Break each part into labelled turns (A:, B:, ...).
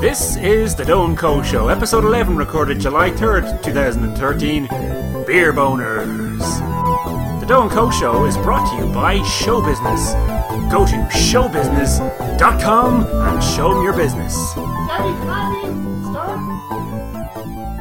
A: This is the Dome Co Show, episode 11, recorded July 3rd, 2013. Beer Boners. The Dome Co Show is brought to you by Show Business. Go to showbusiness.com and show 'em your business.
B: Daddy, Daddy, start.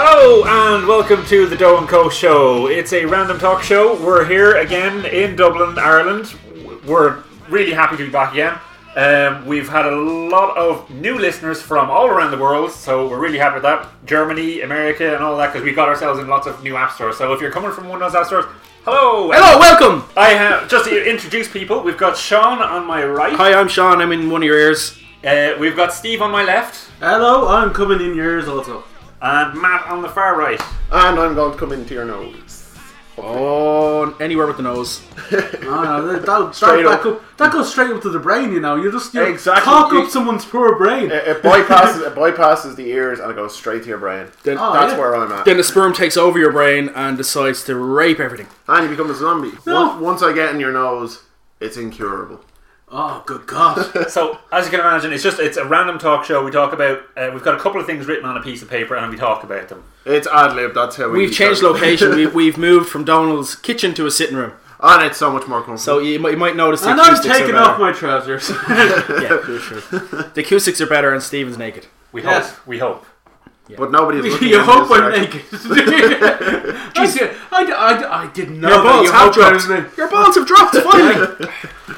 A: Hello and welcome to the Doe and Co show. It's a random talk show. We're here again in Dublin, Ireland. We're really happy to be back again. Um, we've had a lot of new listeners from all around the world, so we're really happy with that. Germany, America, and all that because we got ourselves in lots of new app stores. So if you're coming from one of those app stores, hello.
C: Hello, welcome.
A: I have just to introduce people. We've got Sean on my right.
C: Hi, I'm Sean. I'm in one of your ears.
A: Uh, we've got Steve on my left,
C: Hello, I'm coming in yours also.
A: and Matt on the far right.
B: And I'm going to come into your nose.
C: Oh, anywhere with the nose.
D: No, no, that, that,
B: Straight
D: that, that,
B: up.
D: go- that goes straight up to the brain, you know. You just you
C: Exactly.
D: talk
C: You-
D: up someone's poor brain.
B: It, it bypasses it bypasses the ears and it goes straight to your brain.
C: Then,
D: Oh,
B: That's
D: yeah.
B: where I'm at.
C: then the sperm takes over your brain and decides to rape everything.
B: and you become a zombie.
D: No.
B: Once, once I get in your nose, it's incurable.
D: Oh, good God.
A: So, as you can imagine, it's just it's a random talk show. We talk about uh, we've got a couple of things written on a piece of paper, and we talk about them.
B: It's ad lib. That's how we
C: We've changed
B: location,
C: location. we've, we've moved from Donald's kitchen to a sitting room.
B: and it's so much more comfortable.
C: So you, might- you might notice the
D: and I'm
C: acoustics
D: taking
C: are better.
D: off my trousers.
C: the acoustics are better and Steven's naked.
A: We
D: Yes.
A: hope. We hope.
B: but nobody's looking.
D: you
B: in
D: hope
B: this
D: I'm
B: direction.
D: naked. I, did, I, did- I, did- I didn't know
C: Your
D: that
C: balls
D: you
C: have
D: hoped I was
C: dropped.
D: naked.
C: Your balls have dropped finally.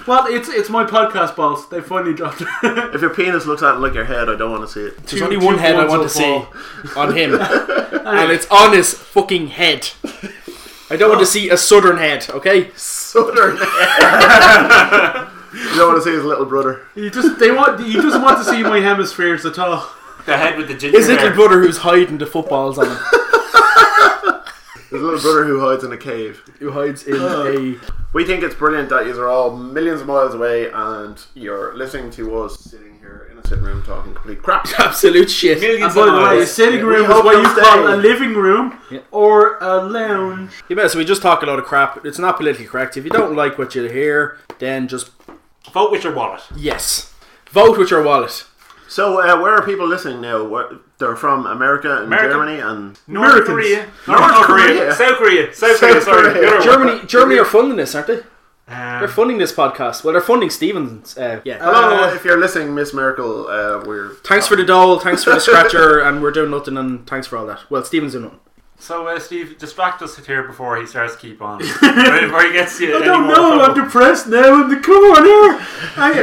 D: Well, it's it's my podcast balls. They finally dropped.
B: If your penis looks out like your head, I don't want to see it.
C: There's
D: Two-
C: only one
D: two
C: head I
D: balls
C: want
D: will
C: to see on him, and it's on his fucking head. I don't
D: Oh.
C: want to see a southern head. Okay.
B: Southern. you don't want to see his little brother.
D: you just they want you just want to see my hemispheres at all.
A: The head with the ginger.
C: His little brother who's hiding the footballs on him.
B: His little brother who hides in a cave.
C: who hides in
D: Oh.
C: a.
B: We think it's brilliant that you are all millions of miles away and you're listening to us sitting here in a sitting room talking complete crap.
C: Absolute shit.
A: Millions
D: By
A: of
D: the way, a
A: miles.
D: sitting
B: We
D: room is
B: hope
D: what
B: you'll
D: you call
B: stay.
D: a living room or a lounge.
C: You bet. So we just talk a lot of crap. It's not politically correct. If you don't like what you hear, then just
A: Vote with your wallet.
C: yes, vote with your wallet.
B: So, uh, where are people listening now? Where, they're from America and
A: America.
B: Germany and
A: North
D: Americans.
A: Korea. North, Korea.
B: Korea.
A: South Korea. South,
B: South
A: Korea. Sorry.
B: Korea.
A: The other one.
C: Germany, Germany are funding this, aren't they? They're
A: Um,
C: funding this podcast. Well, they're funding Stevens. Uh, yeah.
B: hello.
D: Uh,
B: if you're listening, Miss Miracle, uh, we're
C: Thanks for the dole. Thanks for the scratcher, and we're doing nothing. And thanks for all that. Well, Stevens doing nothing.
A: so, uh, Steve, distract us here before he starts to keep on. before he gets you.
D: I don't know. I'm depressed now in the corner.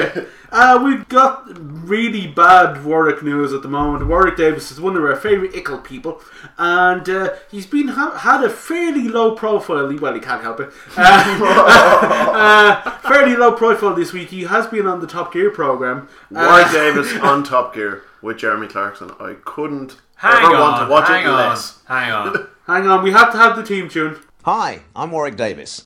D: I, uh, we've got really bad Warwick news at the moment. Warwick Davis is one of our favourite Ickle people, and uh, he's been ha- had a fairly low profile. Well, he can't help it. Uh, uh, fairly low profile this week. He has been on the Top Gear program.
B: Warwick
D: Uh,
B: Davis on Top Gear with Jeremy Clarkson. I couldn't
A: Hang
B: ever
A: on.
B: want to watch
A: hang
B: it
A: on.
B: less.
A: Hang on.
D: hang on, we have to have the team tune.
E: Hi, I'm Warwick Davis.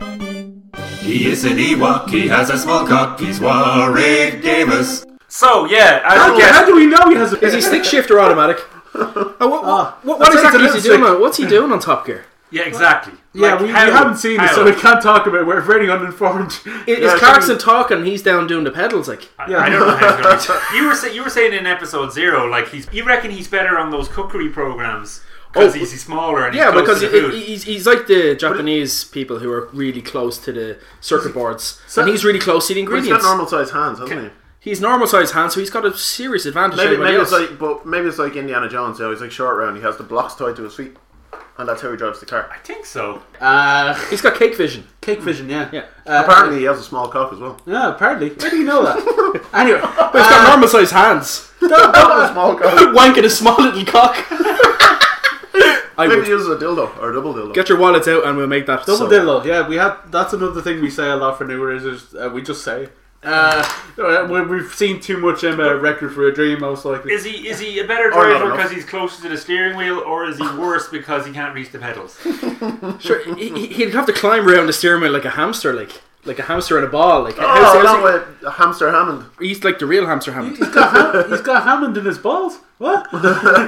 F: He is an Ewok, he has a small cock, he's Warwick Davis.
A: So, yeah, as
D: How,
A: you guess,
D: how do we know he has a? Ah,
C: Is he stick shift or automatic? Oh, what, what, what, what
D: that's
C: exactly is
D: like the
C: he doing?
D: lipstick.
C: on- What's he doing on Top Gear?
A: yeah, exactly.
D: Yeah,
A: Like,
D: we, we
A: how?
D: haven't seen it,
A: How?
D: so we can't talk about. it. We're very uninformed.
C: Is,
B: Yeah,
C: is Clarkson talking? He's down doing the pedals, like.
D: Yeah.
A: I don't know how he's gonna reach- You were say, you were saying in episode zero, like he's you reckon he's better on those cookery programs because
C: Oh.
A: he's, he's smaller and he's
C: Yeah,
A: closer
C: because
A: to
C: he,
A: food.
C: he- he's, he's like the Japanese people who are really close to the circuit boards, and he's really close to the
B: He's got
C: ingredients.
B: normal sized hands, hasn't he?
C: he's normal sized hand, so he's got a serious advantage. to
B: Maybe,
C: anybody
B: maybe it's
C: else.
B: like, but maybe it's like Indiana Jones. Now he's like short round. He has the blocks tied to his feet, and that's how he drives the car.
A: I think so.
D: Uh,
C: he's got cake vision.
D: Cake Vision, yeah.
C: Yeah.
D: Uh,
B: Apparently, he has a small cock as well.
D: Yeah, apparently. Where do you know that? anyway,
C: But he's got normal sized hands.
B: a small cock.
C: Wanking a small little cock. I
B: Maybe he
C: would.
B: uses a dildo or a double dildo.
C: Get your wallets out, and we'll make that
D: double
C: so.
D: dildo. Yeah, we have. That's another thing we say a lot for New Year's is uh, we just say. Uh, we- we've seen too much um, uh, Record for a Dream, most likely.
A: Is he is he a better
C: Oh,
B: Or not
A: driver
B: enough.
A: because he's closer to the steering wheel, or is he worse because he can't reach the pedals?
C: Sure, he, he- he'd have to climb around the steering wheel like a hamster, like. like a hamster in a ball. Like how
B: Oh,
C: serious-
B: along with Hamster Hammond.
C: he's like the real hamster Hammond.
D: He's got, Ham- he's got Hammond in his balls. What?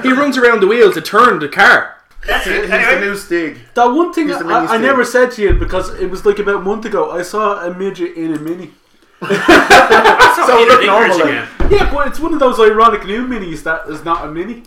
C: he runs around the wheel to turn the car.
A: That's
B: He's
A: it.
B: the
A: Anyway.
B: new Stig.
D: That one thing
B: He's the mini
D: I, I
B: Stig.
D: never said to you because it was like about a month ago. I saw a midget in a mini.
A: That's not
B: So
A: Peter
B: look
A: Dinklage
B: normal
A: again.
D: Yeah, but it's one of those ironic new minis that is not a mini.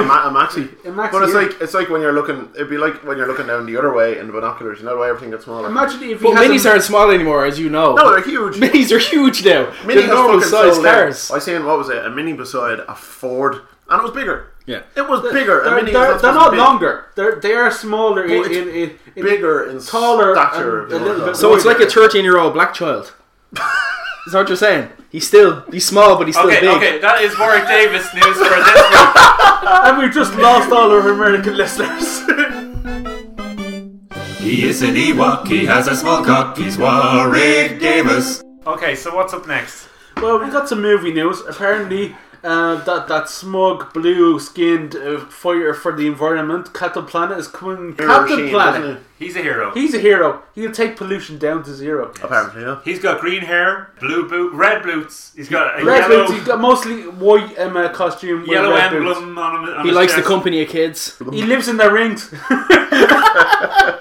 B: a, ma- a maxi.
D: A maxi,
B: But it's
D: yeah.
B: like it's like when you're looking. It'd be like when you're looking down the other way in the binoculars. You know the way everything gets smaller.
D: Imagine if he
C: But
D: had
C: minis
D: a-
C: aren't small anymore, as you know.
B: no, they're huge.
C: minis are huge now.
B: Mini
C: They're
B: has
C: normal
B: fucking
C: sized
B: sold out.
C: cars.
B: I seen what was it? A mini beside a Ford, and it was bigger.
C: Yeah.
B: it was bigger.
D: They're,
B: a mini. is
D: they're, they're
B: supposed to
D: not
B: be big.
D: longer. They're they are smaller in,
B: it's
D: in, in, in
B: Bigger and
D: Taller
B: stature.
D: and
B: if you
D: a
B: wanna
D: little
B: call
D: bit
B: it.
C: So it's like a 13 year old black child. Is that what you're saying? He's still he's small, but he's still
A: Okay,
C: big.
A: okay, that is Warwick Davis news for this week.
D: And we've just lost all our American listeners.
F: He is an Ewok, he has a small cock, he's Warwick Davis.
A: Okay, so what's up next?
D: well, we got some movie news. Apparently, uh, that that smug blue skinned uh, fighter for the environment, Captain Planet, is coming. Captain
B: Machine,
D: Planet.
B: isn't it?
A: He's a hero.
D: He's a hero. He'll take pollution down to zero.
B: Apparently, yeah.
A: He's got green hair, blue boot, red boots. He's got a
D: Red
A: yellow,
D: boots. He's got mostly white um, uh, costume. with
A: yellow
D: red
A: emblem
D: boots.
A: on him. On
C: He
A: his
C: likes the
A: chest.
C: company of kids.
D: He lives in the rings.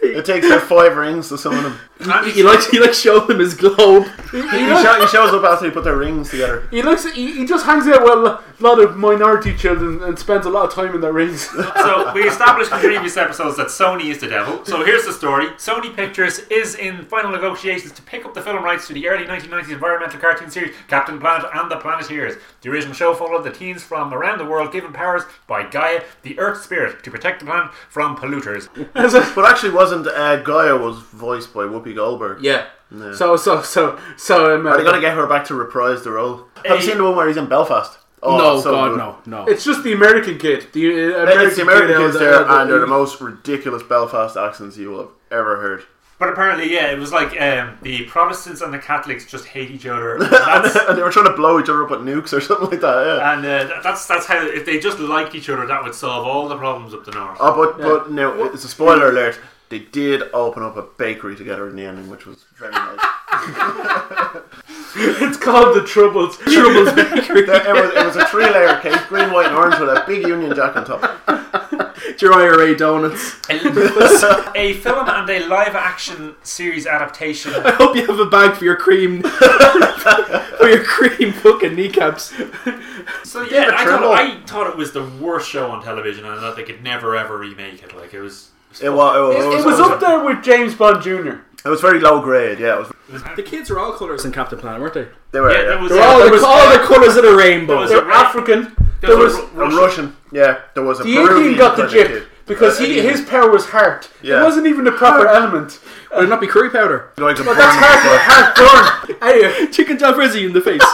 B: It takes like five rings to summon him.
A: And he's-
C: He likes he likes showing them his globe.
B: He, sho- he shows up after he put their rings together.
D: He looks. He, he just hangs out with a lot of minority children and spends a lot of time in their rings.
A: So we established in previous episodes that Sony is the devil. So here's the story: Sony Pictures is in final negotiations to pick up the film rights to the early 1990s environmental cartoon series Captain Planet and the Planeteers. The original show followed the teens from around the world given powers by Gaia, the Earth Spirit, to protect the planet from polluters.
B: But actually, wasn't uh, Gaia was voiced by Whoopi Goldberg?
D: yeah. So so so so. Um,
B: Are they gonna get her back to reprise the role? Have
A: Eh,
B: you seen the one where he's in Belfast? Oh,
C: no,
B: it's so
C: God,
B: good.
C: no, no.
D: It's just the American kid. The uh, American,
B: It's the American
D: kid
B: kids
D: out
B: there,
D: out there.
B: and they're the most ridiculous Belfast accents you will have ever heard.
A: But apparently, yeah, it was like um, the Protestants and the Catholics just hate each other. And that's,
B: And they were trying to blow each other up with nukes or something like that. Yeah.
A: and, uh, that's that's how if they just liked each other, that would solve all the problems up the north.
B: oh, but but no, it's a spoiler alert. They did open up a bakery together in the ending, which was very nice.
D: It's called the Troubles.
C: Troubles Bakery.
B: There- it, was, it was a three-layer cake, green, white, and orange, with a big Union Jack on top.
C: Your IRA donuts.
A: a film and a live action series adaptation
C: I hope you have a bag for your cream for your cream fucking kneecaps.
A: So yeah, I
B: Trimble.
A: thought, I thought it was the worst show on television, and I thought they could never ever remake it. Like it was,
B: It was, it was,
D: It, it was up there with James Bond Jr.
B: it was very low grade. Yeah, it was.
C: The kids were all colours in Captain Planet, weren't they?
B: They were.
A: yeah,
B: Yeah,
A: there was,
C: They're all,
A: there
C: the,
A: was,
C: all the colours of the rainbow.
A: was
D: They're
A: a Ru-
D: African.
A: there was,
D: there
A: a
B: a
A: Ru- Russian.
B: Russian. Yeah, there was a.
D: The Indian got the
B: jib
D: jip because he, his power was heart. It
B: Yeah.
D: wasn't even the proper element.
C: Would it not be curry powder?
B: Like a
D: But that's
B: burn-
D: heart. Heart burn. Anyway,
C: Chicken Dalfrizzi in the face.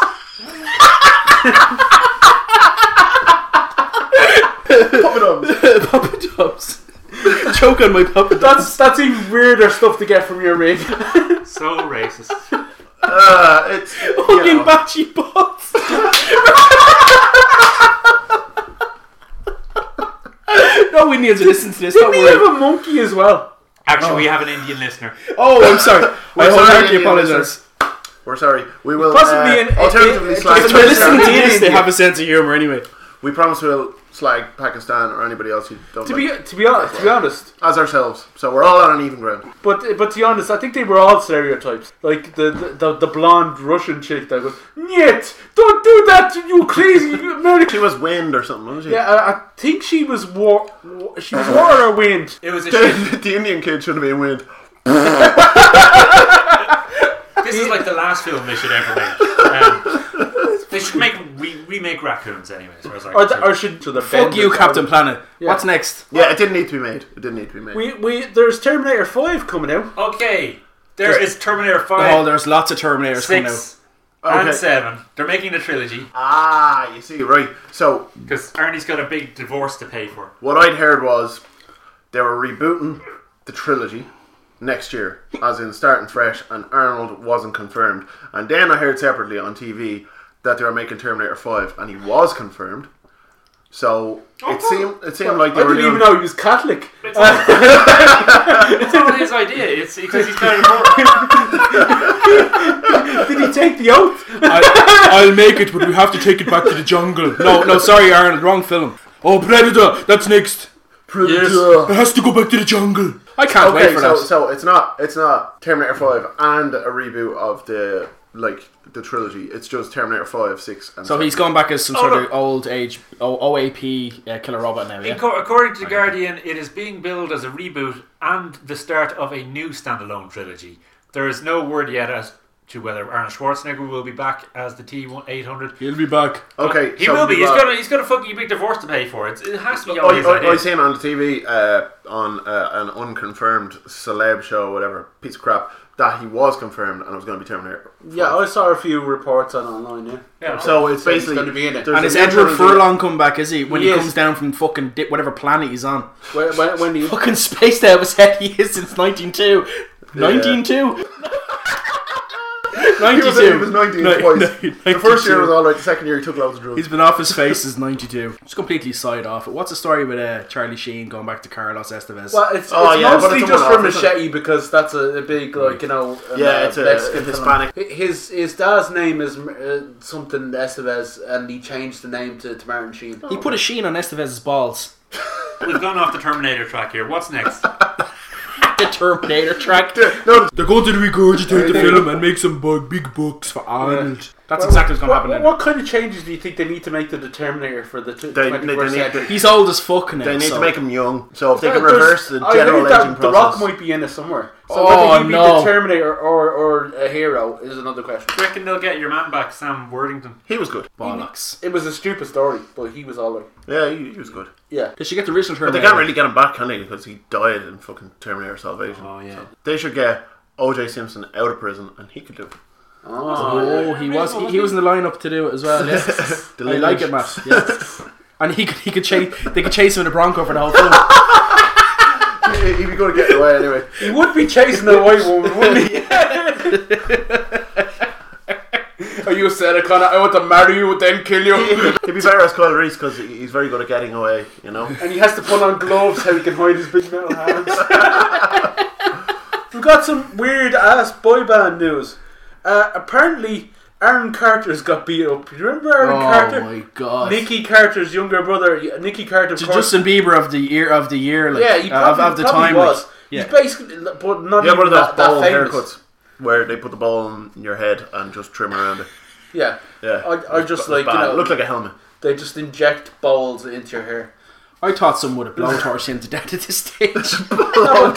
B: Pop it on.
C: Papa Jobs. Choke on my Papa Jobs.
D: that's that's even weirder stuff to get from your ring.
A: so racist.
B: Uh, it's you
C: Fucking
B: know.
C: Bachi Bots. no Indians are listening to this. Don't
D: Didn't he have
C: worry.
D: a monkey as well?
A: Actually, we have an Indian listener.
C: Oh, I'm sorry. I
B: sorry,
C: wholeheartedly
B: Indian
C: apologise.
B: We're sorry. We will
D: Possibly
B: uh,
D: an-
B: alternatively
D: it- it-
B: slag.
C: If
D: it's
C: they're listening to
B: Pakistan.
C: this, they have a sense of humour anyway.
B: we promise we'll slag Pakistan or anybody else who don't
D: To
B: like
D: be to be honest, to be honest,
B: as ourselves. So we're all on an even ground.
D: but but to be honest, I think they were all stereotypes. Like the the, the, the blonde Russian chick that goes, "Niet, don't do that, you crazy
B: She
D: American."
B: was wind or something, wasn't she?
D: Yeah, I, I think she was war, wa- she was water or wind.
A: It was a shit.
B: the Indian kid should have been wind.
A: This is like the last film they should ever make. Um, they should make re- remake raccoons anyway. As far as I
D: Or,
A: can
D: the,
A: see.
D: or should to the
C: Fuck you, Captain Planet. What's
D: Yeah.
C: next?
B: Yeah, it didn't need to be made. It didn't need to be made.
D: We we there's Terminator Five coming out.
A: okay, there is Terminator
C: Oh,
A: Five,
C: there's lots of Terminators coming out.
A: Six, and
B: Okay.
A: Seven. They're making the trilogy
B: ah, you see, right. So
A: because Ernie's got a big divorce to pay for.
B: what I'd heard was they were rebooting the trilogy next year, as in starting fresh, and Arnold wasn't confirmed. And then I heard separately on TV that they were making Terminator 5, and he was confirmed. So it seemed it seemed like
D: Oh, I
B: they were
D: didn't even
B: doing.
D: know he was Catholic.
A: It's not his idea. It's because he's very important.
D: Did he take the oath?
C: I, I'll make it, but we have to take it back to the jungle. No, no, sorry, Arnold, wrong film. Oh, Predator, that's next.
B: Predator.
C: It has to go back to the jungle. I can't wait
B: Okay,
C: for
B: so
C: that.
B: so it's not it's not Terminator Five and a reboot of the like the trilogy. It's just Terminator Five, Six, and
C: So
B: seven.
C: he's gone back as some
A: Oh,
C: sort
A: no.
C: of old age o- OAP uh, killer robot now, yeah?
A: Acco- According to The Guardian, it is being billed as a reboot and the start of a new standalone trilogy. There is no word yet as to whether Arnold Schwarzenegger will be back as the T eight hundred.
C: He'll be back.
B: okay.
A: He
B: so
A: will be.
B: we
A: He's
C: uh,
B: got-
A: got a, he's got a fucking big divorce to pay for. It's, it has to
C: Oh,
A: be all his
B: I, I, I
A: idea.
B: seen Oh, on the TV uh, on uh, an unconfirmed celeb show, whatever piece of crap, that he was confirmed and it was going to be Terminator.
D: Yeah, I saw a few reports on online. Yeah.
A: Yeah.
B: So it's basically
D: gonna be in it.
B: there's
C: And
B: a
C: it's
B: new
C: Edward
B: trilogy.
C: Furlong come back, is he? When he,
D: He is.
C: comes down from fucking dip, whatever planet he's on.
D: When, when, when he,
C: Fucking spaced out of his head he is since 192. 192? 92.
B: He was, he was 19
C: No,
B: twice.
C: no,
B: the first year
C: 92.
B: was alright, the second year he took loads of drugs.
C: He's been off his face since '92. Just completely side off it. What's the story with uh, Charlie Sheen going back to Carlos Estevez?
D: well, it's,
B: Oh,
D: it's
B: yeah, but
D: mostly
B: it's
D: just
B: someone
D: for
B: else, isn't it?
D: machete because that's a, a big like you know. um,
B: Yeah,
D: uh,
B: it's a-
D: Mexican
B: a
D: film.
B: Hispanic-
D: His his dad's name is uh, something Estevez, and he changed the name to, to Martin Sheen.
C: he put a sheen on Estevez's balls.
A: We've gone off the Terminator track here. What's next?
C: The Terminator track.
B: no,
C: They're going to regurgitate the film and make some bu- big bucks for Arnold. That's exactly what's going to happen.
D: What,
C: Then.
D: what kind of changes do you think they need to make to the Terminator for the t-
B: they, they,
D: 21st
B: they need,
D: century?
B: they,
C: He's old as fuck now.
B: they need
C: so-
B: to make him young. So if they can
D: Uh, there's-
B: reverse the
D: I
B: general
D: think that
B: aging
D: The Rock
B: process.
D: might be in it somewhere. So
C: Oh,
D: whether he be
C: no.
D: the Terminator or, or a hero is another question.
A: reckon they'll get your man back, Sam Worthington.
B: He was good.
C: bollocks.
D: It was a stupid story, but he was alright.
B: Yeah, he, he was good.
D: Yeah.
C: They should get the original
B: But
C: Terminator.
B: they can't really get him back, can they? Because he died in fucking Terminator Salvation.
A: Oh, yeah.
B: So they should get OJ Simpson out of prison, and he could do it.
C: Oh, he was. He, he was in the lineup to do it as well. Yeah.
B: The
C: I like
B: lineage.
C: it, Matt. Yeah. And he could, he could chase. They could chase him in a Bronco for the whole film.
B: He- He'd be going to get away anyway.
D: He would be chasing the white woman, wouldn't he? Are you a Sarah Connor? I want to marry you, then kill you.
B: He'd be better as Kyle Reese because he's very good at getting away, you know?
D: and he has to put on gloves so he can hide his big metal hands. We've got some weird ass boy band news. Uh, apparently, Aaron Carter's got beat up. Do you remember Aaron Carter?
C: Oh god.
D: Nicky Carter's younger brother, Nicky Carter. of
C: to
D: course-
C: Justin Bieber of the year of the year, like
D: yeah, he
C: uh,
D: probably,
C: of, of the
D: probably
C: time,
D: was.
C: like, yeah.
D: He's basically, but not
B: Yeah,
D: even
B: one of those
D: that, that
B: ball
D: famous.
B: haircuts where they put the ball on your head and just trim around it.
D: Yeah,
B: Yeah.
D: I, I just like you
B: Bad.
D: know,
B: It looked like a helmet.
D: they just inject balls into your hair.
C: I thought someone would have blowtorched him to death at this stage. How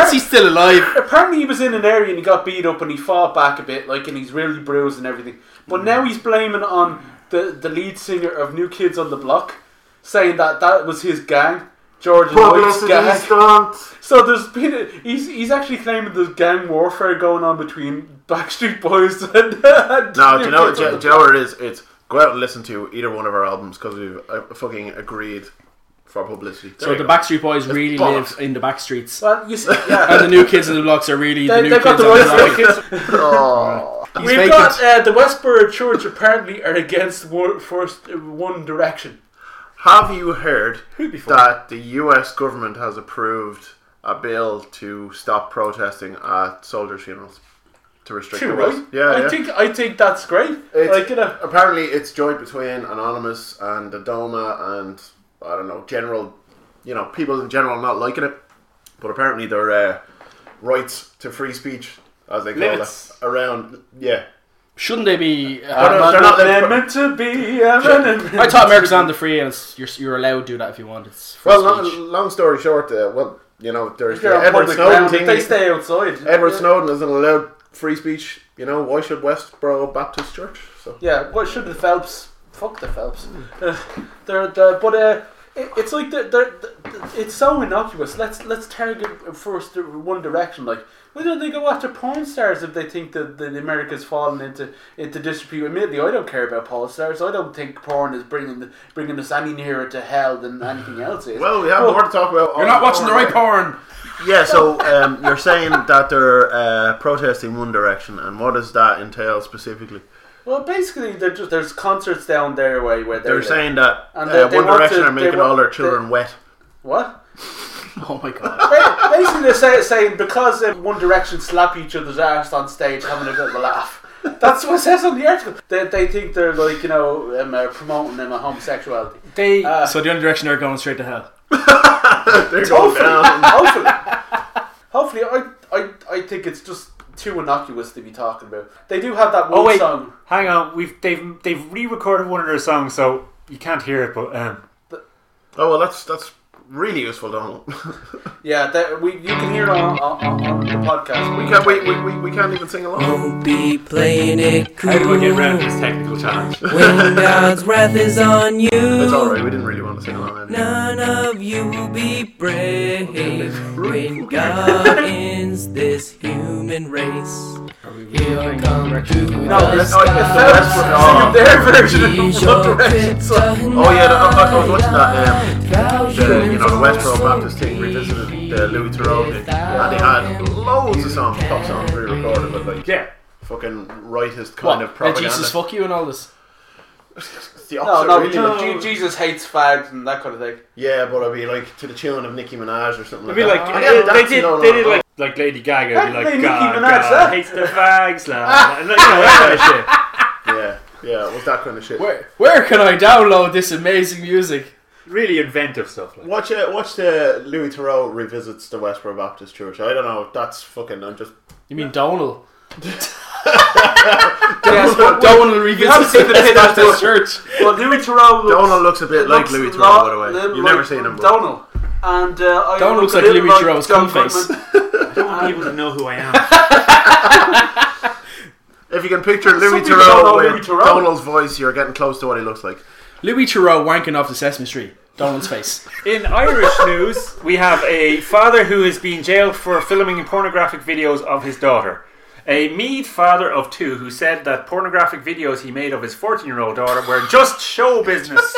C: is he still alive?
D: Apparently, he was in an area and he got beat up, and he fought back a bit, like, and he's really bruised and everything. But now he's blaming on the the lead singer of New Kids on the Block, saying that that was his gang, George Lloyd's gang. So there's been a, he's he's actually claiming there's gang warfare going on between Backstreet Boys and. and
B: No, do you know,
D: New Kids
B: do,
D: on
B: you-
D: the
B: do you know what it is? It's go out and listen to either one of our albums because we've uh, fucking agreed for publicity.
C: So the Backstreet Boys really
B: bollocks.
C: live in the back streets.
D: Well, you see, yeah.
C: And the new kids in the blocks are really the
D: They,
C: new
D: they've
C: kids.
D: got the
C: on
D: rights
C: the
D: to
C: block.
D: the kids.
B: Oh.
C: He's
D: We've
C: vacant.
D: got uh, the Westboro Church apparently are against one, first uh, One Direction.
B: Have you heard that the US government has approved a bill to stop protesting at soldiers' funerals? To restrict
D: True,
B: the rights?
D: right?
B: Yeah,
D: I
B: yeah.
D: think I think that's great.
B: It's-
D: like you know,
B: apparently it's joint between Anonymous and Adoma and I don't know general, you know people in general not liking it, but apparently their uh, rights to free speech as they call
A: Limits.
B: it around yeah.
C: Shouldn't they be?
B: But
C: Uh,
B: no, they're not
D: Oh, they're
B: allowed-
D: meant to be. uh, men and-
C: I thought America's on the free, and it's, you're you're allowed to do that if you want. It's free
B: well, long,
C: speech.
B: long story short, uh, well you know there's
D: They're
B: the
D: on
B: Edward
D: public
B: Snowden
D: ground,
B: thing.
D: They stay outside.
B: Edward
D: yeah.
B: Snowden isn't allowed free speech. You know why should Westboro Baptist Church? So
D: Yeah, what should the Phelps? Fuck the Phelps. Uh, they're, they're, but uh, it, it's like they're, they're, th- it's so innocuous. Let's let's target first the one direction. Like why don't they go after porn stars if they think that, that America's fallen into into disrepute? Admittedly, I don't care about porn stars. I don't think porn is bringing the, bringing us any nearer to hell than anything else is.
B: well we have more to talk about.
C: You're not watching the right porn.
B: Yeah, so um, you're saying that they're uh, protesting One Direction, and what does that entail specifically?
D: Well, basically, they're just, there's concerts down their way where they're,
B: They're saying that
D: And
B: uh,
D: they- they
B: One
D: want
B: Direction
D: to-
B: are
D: they
B: making
D: want-
B: all their
D: they-
B: children wet.
D: what?
B: Oh my god.
D: Ba- basically, they're say, saying because um, One Direction slap each other's ass on stage, having a bit of a laugh. That's what it says on the article. They, they think they're like you know um, uh, promoting them a homosexuality.
C: They
D: Uh,
C: so the only direction they're going straight to hell.
B: They're going down.
D: hopefully, hopefully, I, I, I think it's just too innocuous to be talking about. They do have that one
A: Oh wait,
D: song.
A: hang on. We've they've they've re-recorded one of their songs, so you can't hear it. But um,
B: Oh well, that's that's really useful, Donald.
D: Yeah, that we you can hear it on, on, on, on the podcast.
B: we can't we, we, we, we can't even sing along.
G: Don't be playing it cool.
A: how do I get around this technical challenge?
G: When God's wrath is on you,
B: It's all right. We didn't really want to sing along. Anyway.
G: none of you will be brave. When God ends this human race, he'll come to
D: No,
G: us.
D: it's-
B: Oh, it's the Westward. Oh.
D: their version.
G: He's
B: One
G: your
B: Direction song. Oh yeah, I, I, I was watching that. Um, the, you know, the Westboro Baptist thing revisited the Louis Theroux thing, and they had loads of songs, pop songs re-recorded, but like
A: Yeah,
B: fucking rightist
C: What?
B: kind of
C: uh,
B: propaganda.
C: Jesus fuck you and all this.
B: It's the
D: No,
B: opposite,
D: not
B: really.
D: really.
B: like,
D: Je- Jesus hates fags and that kind of thing.
B: Yeah, but I'd be like to the tune of Nicki Minaj or something.
A: It'd be
B: like
A: like
B: that.
A: uh,
B: Oh, yeah,
A: they
B: that's-
A: did.
B: no, no,
A: they did
B: no.
A: like like Lady Gaga. It'd be
D: Hey,
A: like
D: Nicki
A: God,
D: Minaj,
A: God
D: huh?"
A: hates the fags, lad. And, like, you know, that kind of shit.
B: yeah, yeah, it was that kind of shit.
C: Where where can I download this amazing music?
A: Really inventive stuff. Like.
B: Watch uh, watch the Louis Theroux revisits the Westboro Baptist Church. I don't know. That's fucking. I'm just.
C: You mean Donald?
D: Yes, but
C: Donald revisits
D: seen the pit
C: the
D: of the-
C: Baptist Church.
D: well, Louis Theroux.
B: Donald looks a bit like Louis Theroux, by the way. You've never seen him. but-
D: Donald. And uh, I
C: Donald
D: look
C: looks
D: a
C: like
D: little
C: Louis Theroux's
D: John
C: cum face.
A: I
D: Goodman.
A: want people to know who I am.
B: If you can picture Louis
D: people don't know
B: Theroux with
D: Louis Theroux.
B: Donald's voice, you're getting close to what he looks like.
C: Louis Theroux wanking off the Sesame Street. Donald's face.
A: In Irish news, we have a father who has been jailed for filming pornographic videos of his daughter. A Mead father of two who said that pornographic videos he made of his 14 year old daughter were just show business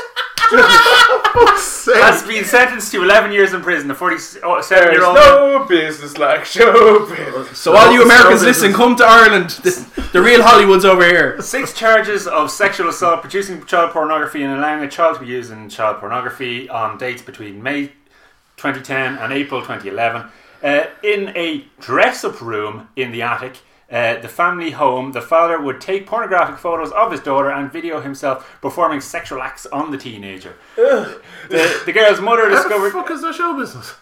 A: has
B: That's
A: been sentenced to 11 years in prison. The 47
D: There's
A: year old.
D: no business like show business.
C: So all you Americans,
B: so
C: listen, come to Ireland. The, the real Hollywood's over here.
A: Six charges of sexual assault, producing child pornography, and allowing a child to be used in child pornography on dates between May 2010 and April 2011. Uh, in a dress up room in the attic, uh, the family home, the father would take pornographic photos of his daughter and video himself performing sexual acts on the teenager. The, the girl's mother
B: How the
A: discovered.
B: fuck is that show business?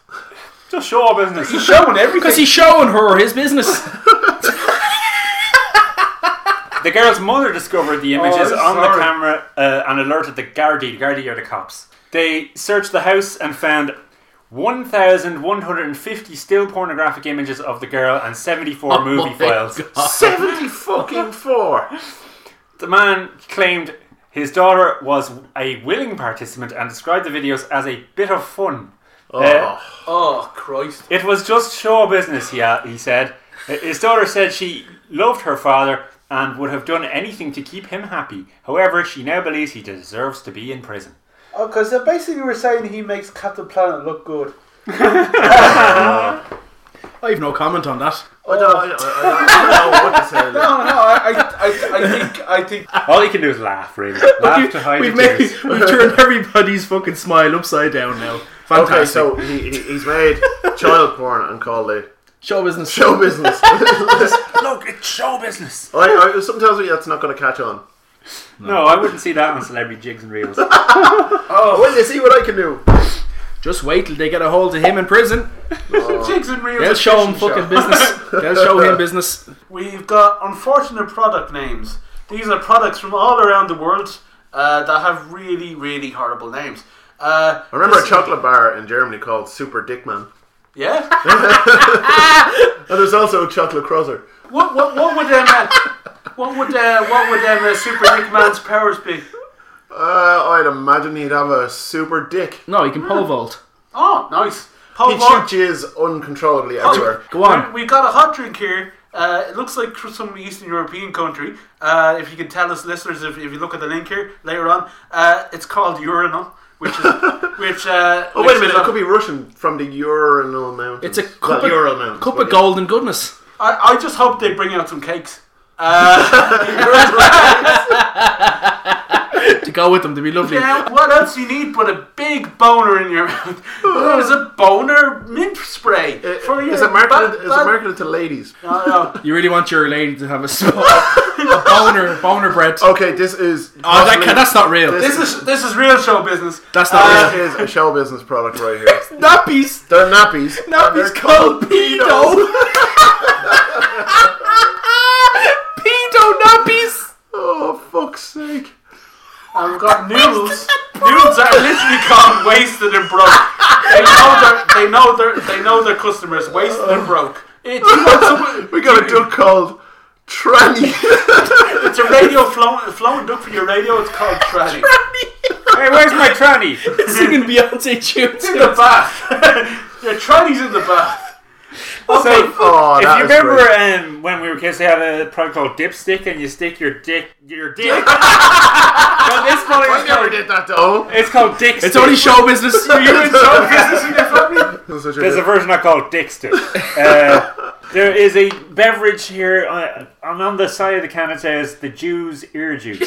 A: Just show our business.
D: Showing everything.
C: Because he's showing her his business.
A: The girl's mother discovered the images
D: Oh,
A: on the
D: sorry.
A: camera uh, and alerted the Gardaí. The Gardaí are the cops. They searched the house and found 1,150 still pornographic images of the girl and 74
D: Oh
A: movie files.
B: Seventy fucking four.
A: The man claimed his daughter was a willing participant and described the videos as a bit of fun. Uh,
B: Oh.
D: oh Christ!
A: It was just show business, he, uh, he said. His daughter said she loved her father and would have done anything to keep him happy. However, she now believes he deserves to be in prison.
D: Oh, because they basically were saying he makes Captain Planet look good.
C: I have no comment on that.
B: I don't, I, I, I don't know what to say.
D: Oh, No, no, I, I, I, I think, I think.
A: All he can do is laugh, really. laugh to hide
C: We've
A: the
C: made,
A: tears.
C: we've turned everybody's fucking smile upside down now. Fantastic.
B: Okay, so he, he, he's made child porn and called it
C: show business.
B: show business.
A: Look, it's show business.
B: I, I, sometimes we- that's not going to catch on.
A: No, I wouldn't see that on celebrity jigs and reels.
B: Oh, well, you see what I can do.
C: Just wait till they get a hold of him in prison.
D: Jigs and reels.
C: They'll show him fucking business. They'll show him business.
D: We've got unfortunate product names. These are products from all around the world uh, that have really, really horrible names. Uh,
B: I remember a
D: this-
B: chocolate bar in Germany called Super Dickman,
D: Yeah.
B: and there's also a chocolate crosser.
D: what, what, what would um, uh, what would uh, what would um, uh, Super Nick Man's powers be?
B: Uh, I'd imagine he'd have a super dick.
C: No, he can pole vault.
D: Oh, nice. Paul
B: He'd
D: Vaughn-
B: shoot jizz uncontrollably
C: Oh,
B: everywhere.
C: Go on.
D: We, have got a hot drink here. Uh, it looks like some Eastern European country. Uh, if you can tell us, listeners, if, if you look at the link here later on, uh, it's called urinal, which is which. Uh,
B: Oh wait a minute! It could be Russian from the Ural Mountains.
C: It's a
B: Well,
C: cup, of,
B: Ural Mountains.
C: cup
B: but
C: of
B: yeah.
C: golden goodness.
D: I, I just hope they bring out some cakes.
C: to go with them. To be lovely.
D: Now, what else you need but a big boner in your mouth? There's a boner mint spray for your
B: Is it marketed?
D: butt-
B: Is
D: butt-
B: it marketed to ladies?
D: No, no.
C: You really want your lady to have a, small, a boner, boner bread. Oh,
B: Okay, this is.
C: that can, that's not real.
D: This is this is real show business.
C: that's not
B: This
C: real.
B: is a show business product right here.
C: Nappies.
B: They're nappies. and they're
C: Nappies called
D: uh,
C: pedo. pedo nappies.
B: Oh fuck's sake!
D: I've got noodles. noodles are literally called wasted and broke. They know their they know their they know their customers wasted and broke. It's,
B: We got a duck called tranny.
D: it's a radio flown flown duck for your radio. It's called tragic.
A: Hey, where's my tranny?
C: Singing Beyonce tunes.
D: in the bath. your tranny's in the bath.
A: So,
B: oh,
A: if
B: that
A: you
B: is great.
A: remember um, when we were kids, they had a product called Dipstick, and you stick your dick, your dick. well, this product
B: I
A: is
B: never
A: called,
B: did that though.
A: it's called Dick.
C: It's only show business.
B: That's such a
A: There's a
B: good-
A: version I call Dickstick. Uh, there is a beverage here, uh, and on the side of the can it says the Jew's ear juice.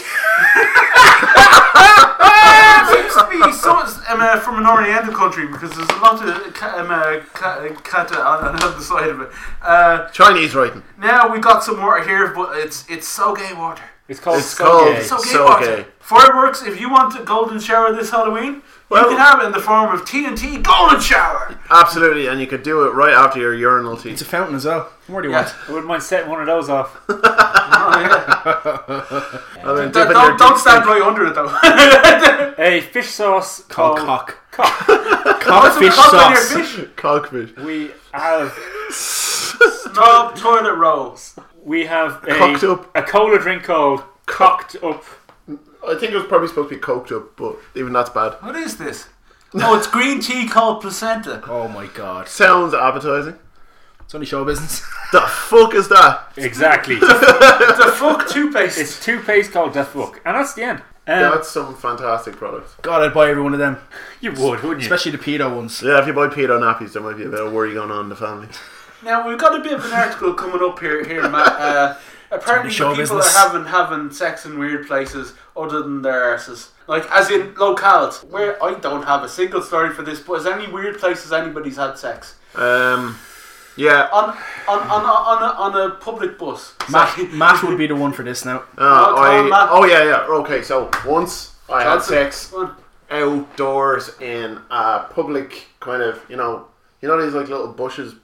D: seems to be so, um, uh, from an Oriental country because there's a lot of ca- um, uh, ca- uh, kata on, on the other side of it. Uh,
B: Chinese writing.
D: now we got some water here, but it's it's so gay water.
A: It's called
B: It's called-
A: Sogay.
D: It's so gay
B: So
D: water.
B: gay.
D: Fireworks. If you want a golden shower this Halloween, you can have it in the form of TNT golden shower.
B: Absolutely, and you could do it right after your urinal tea.
C: It's a fountain as well. What do you want?
A: I wouldn't mind setting one of those off.
B: And then dip
D: Don't, don't,
B: in your
D: don't
B: dick.
D: stand right under it though.
A: A fish sauce called
C: Called Oh, cock.
A: cock.
C: Cock fish
D: Oh. Cock on your
C: sauce.
D: fish.
B: Cockfish.
A: We have
D: Stop toilet rolls.
A: we have a,
B: Cocked up.
A: a cola drink called cocked up.
B: I think it was probably supposed to be coked up, but even that's bad.
D: What is this? Oh, it's green tea called placenta.
C: Oh my god.
B: Sounds appetizing.
C: It's only show business.
B: The fuck is that?
A: Exactly.
D: The fuck toothpaste.
A: it's toothpaste called Death Book, and that's the end. Um,
B: That's some fantastic product.
C: God, I'd buy every one of them,
A: you would, wouldn't you?
C: especially the pedo ones.
B: Yeah, if you buy pedo nappies, there might be a bit of worry going on in the family.
D: Now we've got a bit of an article coming up here, here, Matt. Uh, apparently,
C: Show
D: the people
C: business.
D: are having having sex in weird places other than their arses, like as in locales. Where I don't have a single story for this, but is there any weird places anybody's had sex
B: Um, yeah.
D: on on on a, on a, on a public bus?
C: Matt, Matt would be the one for this now.
B: Uh,
D: come on,
B: I,
D: man.
B: oh yeah, yeah. Okay, so once I had sex
D: Come on.
B: outdoors in a public kind of, you know, you know these like little bushes,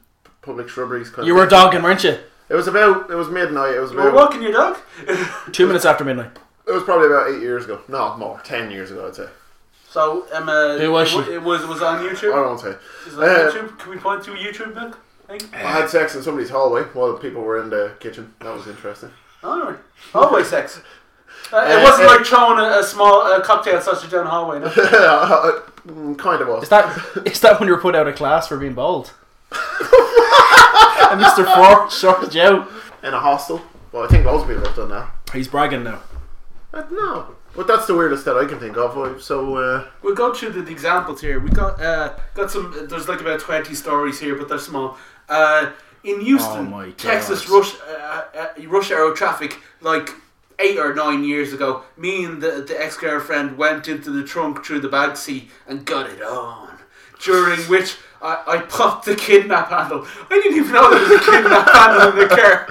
B: public shrubberies. Kind
C: You
B: of
C: were dogging, weren't you?
B: It was about. It was midnight. It was
D: We're
B: about.
D: walking your dog.
C: Two minutes after midnight.
B: It was probably about eight years ago. No, more. Ten years ago, I'd say.
D: So, um, uh,
C: Who was
D: it
C: she?
D: wa- It was it was on
B: I
D: YouTube.
B: don't say.
D: Is it on
B: Uh,
D: YouTube? Can we point to a YouTube book?
B: I had sex in somebody's hallway while people were in the kitchen. That was interesting.
D: Alright. Hallway sex. Uh,
B: Uh,
D: it wasn't
B: uh,
D: like throwing a, a small uh, cocktail sausage down the hallway. No?
B: Mm, kind of was.
C: Is that is that when you were put out of class for being bold? and Mr. Four shorted you out.
B: in a hostel. Well, I think most people have done that.
C: He's bragging now.
B: Uh, no, but that's the weirdest that I can think of. uh, So uh,
D: We'll go through the examples here. We got uh, got some. There's like about twenty stories here, but they're small. Uh, in
C: Oh
D: Houston,
C: my God.
D: Texas, rush uh, uh, rush hour traffic, like eight or nine years ago. Me and the, the ex girlfriend went into the trunk through the back seat and got it on. During which I, I popped the kidnap handle. I didn't even know there was a kidnap handle in the car.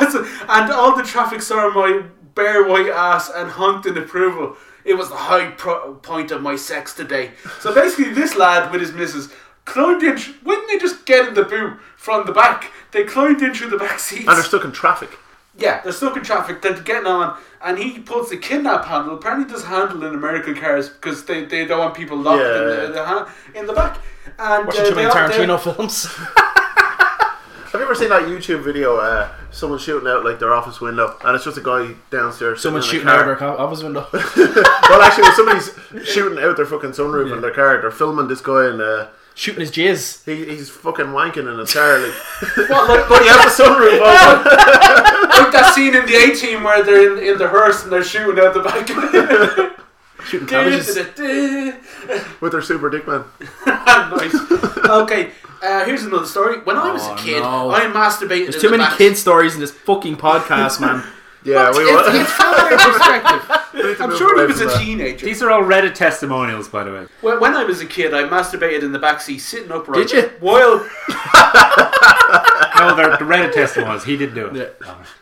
D: As a- and all the traffic saw my bare white ass and honked in approval. It was the high pro- point of my sex today. So basically, this lad with his missus climbed in. tr- Wouldn't they just get in the boot from the back? They climbed in through the back seats.
B: and they're stuck in traffic.
D: Yeah, they're stuck in traffic. They're getting on, and he pulls the kidnap handle. Apparently, does handle in American cars because they, they don't want people locked in,
B: Yeah.
D: the, the hand, in the back. And
C: Watching
D: uh,
C: too many
D: they all- they-
C: Tarantino films.
B: Have you ever seen that YouTube video? Uh, someone shooting out like their office window, and it's just a guy downstairs.
C: Someone
B: sitting in
C: shooting
B: a car.
C: out of their office window.
B: Well, actually, if somebody's shooting out their fucking sunroof in their car. They're filming this guy, and uh,
C: shooting his jizz.
B: he, he's fucking wanking in his car. Like,
D: Well, like,
B: but he has the sunroof open.
D: like that scene in the A Team where they're in, in the hearse and they're shooting out the back.
C: Shooting cabbages.
D: Du-du-du-du.
B: with their super dick man.
D: nice. Okay, Uh, here's another story. When I was a
C: Oh,
D: kid,
C: no.
D: I masturbated.
C: There's
D: in
C: too
D: the
C: many
D: back-
C: kid stories in this fucking podcast, man.
B: Yeah, we
D: It's,
B: were.
D: it's from their perspective. I'm sure he was a teenager.
A: These are all Reddit testimonials, by the way.
D: When when I was a kid, I masturbated in the backseat sitting upright.
C: Did you?
D: While
A: No, they're the Reddit testimonials. He didn't do it.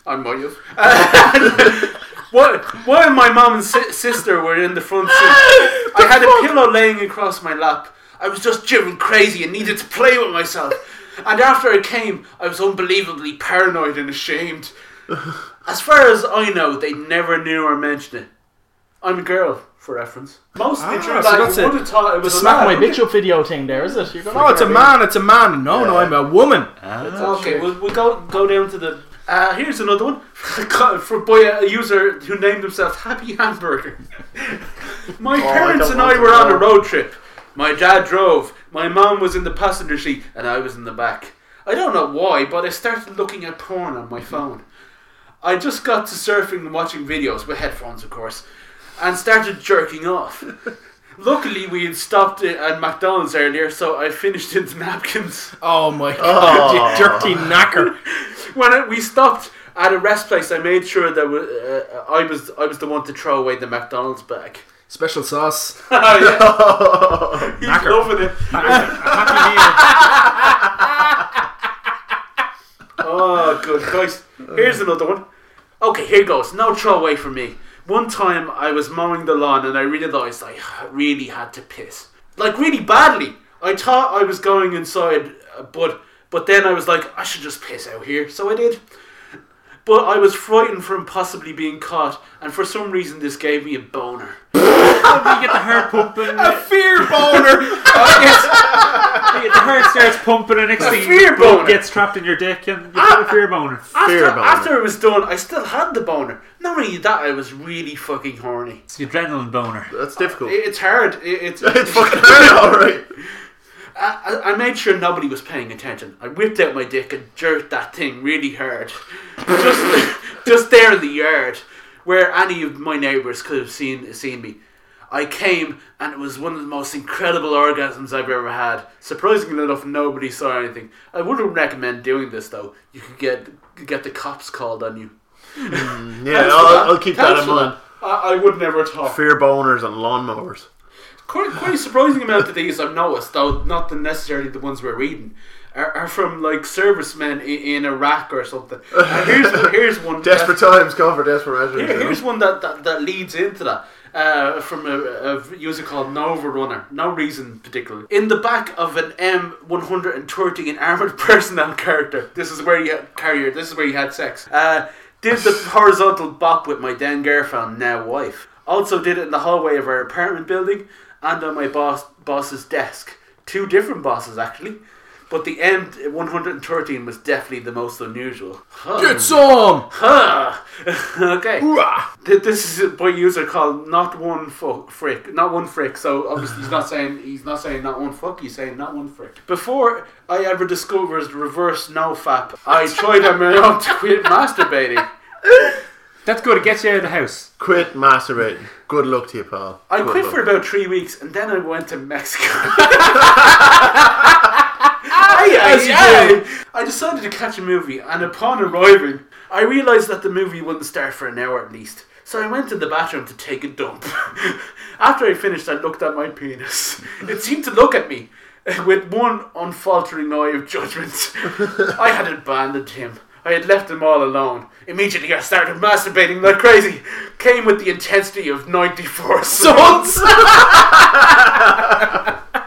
D: I might have. Uh, While while my mum and si- sister were in the front seat, I had a pillow laying across my lap. I was just driven crazy and needed to play with myself. And after I came, I was unbelievably paranoid and ashamed. As far as I know, they never knew or mentioned it. I'm a girl, for reference. Most of the
C: so that's it.
D: would have thought it
H: The
D: was a
H: smack my
D: lad.
H: bitch up video thing there, is it? You're gonna
C: No, it's a man. It's a man. No, no, I'm a woman.
D: Okay, we'll, we'll go go down to the. Ah, Uh, here's another one for by a user who named himself Happy Hamburger. My
B: I
D: parents
B: don't
D: and Oh, I
B: want
D: were
B: to
D: on
B: know.
D: a road trip. My dad drove. My mom was in the passenger seat, and I was in the back. I don't know why, but I started looking at porn on my phone. I just got to surfing and watching videos with headphones, of course, and started jerking off. Luckily, we had stopped at McDonald's earlier, so I finished into napkins.
C: Oh my god, you dirty knacker.
D: when I, we stopped at a rest place, I made sure that we, uh, I was I was the one to throw away the McDonald's bag.
C: Special sauce.
D: oh, yeah. He's
C: Knacker.
D: loving it. Oh, good guys. Here's another one. Okay, here goes. No throwaway for me. One time I was mowing the lawn and I realised I really had to piss. Like, really badly. I thought I was going inside, uh, but but then I was like, I should just piss out here. So I did. But I was frightened from possibly being caught, and for some reason this gave me a boner.
A: You get the heart pumping.
C: Fear boner.
A: you get the heart starts pumping, and next thing
D: fear
A: your blood
D: boner.
A: gets trapped in your dick, and you put a fear boner.
D: After,
B: Fear boner.
D: after it was done, I still had the boner. Not only that, I was really fucking horny.
A: It's the adrenaline boner.
B: That's difficult.
D: It- It's hard. It- It's,
B: It's fucking hard, alright.
D: I, I- I made sure nobody was paying attention. I whipped out my dick and jerked that thing really hard. just, just there in the yard, where any of my neighbours could have seen seen me. I came and it was one of the most incredible orgasms I've ever had. Surprisingly enough, nobody saw anything. I wouldn't recommend doing this though. You could get get the cops called on you.
B: Yeah, I'll, I'll keep that in mind.
D: I, I would never talk.
B: Fear boners and lawnmowers.
D: quite, quite a surprising amount of these I've noticed, though not the necessarily the ones we're reading, are, are from like servicemen in, in Iraq or something. And here's one- here's one
B: Desperate times call for desperate measures.
D: here-
B: you know.
D: here's one that, that, that leads into that. Uh, from a, a user called Nova Runner, no reason particularly. In the back of an M130, an armored personnel character. This is where you had, carrier. This is where you had sex. Uh, did the horizontal bop with my then girlfriend, now wife. Also did it in the hallway of our apartment building and on my boss boss's desk. Two different bosses actually, but the M113 was definitely the most unusual. Huh.
C: Get some.
D: Ah, okay. Th- This is by user called not one fuck frick, not one frick. So obviously he's not saying he's not saying not one fuck. He's saying not one frick. Before I ever discovered reverse no fap, I tried on my own to quit masturbating.
A: That's good. It gets you out of the house.
B: Quit masturbating. Good luck to you, pal.
D: I
B: Good
D: quit
B: luck.
D: for about three weeks, and then I went to Mexico. Aye, aye, aye. I decided to catch a movie, and upon arriving, I realised that the movie wouldn't start for an hour at least. So I went to the bathroom to take a dump. After I finished, I looked at my penis. It seemed to look at me with one unfaltering eye of judgment. I had abandoned him. I had left him all alone. Immediately, I started masturbating like crazy. Came with the intensity of 94 suns.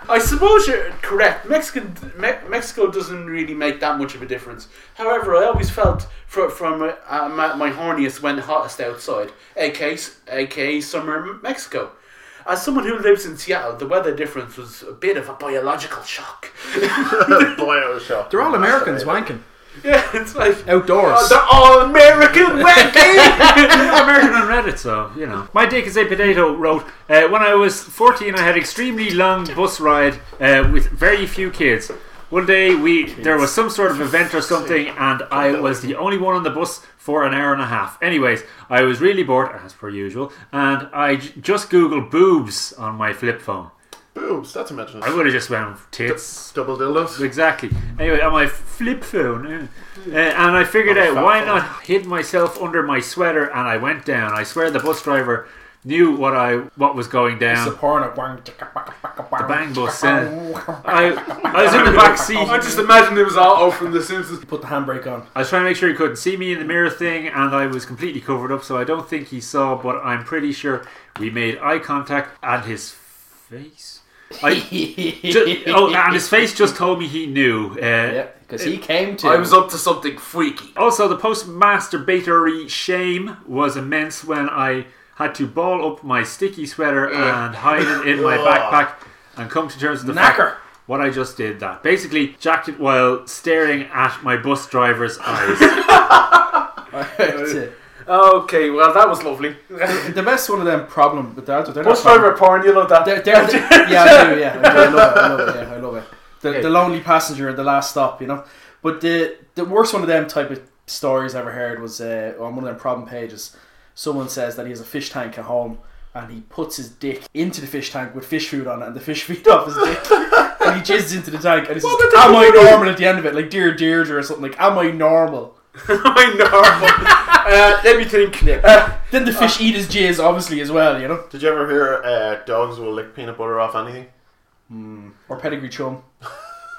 D: I suppose you're correct. Mexican, Me- Mexico doesn't really make that much of a difference. However, I always felt fr- from uh, uh, my, my horniest when hottest outside, aka, s- aka summer M- Mexico. As someone who lives in Seattle, the weather difference was a bit of a biological shock.
B: Boy, I was shocked.
C: They're all Americans wanking
D: yeah, it's like
C: outdoors.
D: "Oh, they're all American wacky.
A: I'm American on Reddit, so you know. My dick is a potato. Wrote uh, when I was 14, I had extremely long bus ride uh, with very few kids. One day we there was some sort of event or something, and I was the only one on the bus for an hour and a half. Anyways, I was really bored as per usual, and I j- just googled boobs on my flip phone.
B: Boobs, that's imaginary.
A: I would have just went tits.
B: Double dildos.
A: Exactly. Anyway, on my flip phone, uh, uh, and I figured
B: Oh,
A: out
B: flip
A: why
B: phone.
A: not hid myself under my sweater, and I went down. I swear the bus driver knew what I what was going
I: It's a
A: down.
I: porno. The
A: Bang bus.
C: Oh.
A: Uh, I I was in the back seat.
J: I just imagine it was Otto from The Simpsons.
I: Put the handbrake on.
A: I was trying to make sure he couldn't see me in the mirror thing, and I was completely covered up, so I don't think he saw, but I'm pretty sure we made eye contact, and his face. I, ju- oh, and his face just told me he knew. Uh,
C: Yeah, because he came to.
J: I was up to something freaky.
A: Also, the post masturbatory shame was immense when I had to ball up my sticky sweater and hide it in
D: Oh.
A: my backpack and come to terms with the
I: Knacker.
A: fact what I just did that. Basically, jacked it while staring at my bus driver's eyes.
J: Okay, well that was lovely.
I: The best one of them problem with that. They're
J: Bus
I: not problem-
J: driver porn, you love that.
I: They're, they're, yeah, I do. Yeah, I, do, I love it. I love it. Yeah, I love it. The, the lonely passenger at the last stop, you know. But the the worst one of them type of stories I ever heard was uh, on one of them problem pages. Someone says that he has a fish tank at home, and he puts his dick into the fish tank with fish food on it, and the fish feed off his dick, and he jizzes into the tank, and he says, "Am I normal?" At the end of it, like "Dear Deirdre" or something like, "Am I normal?"
J: I know. uh, let me think.
I: Then the fish eat his jizz, obviously as well, you know,
B: Did you ever hear uh, dogs will lick peanut butter off anything?
I: or pedigree chum.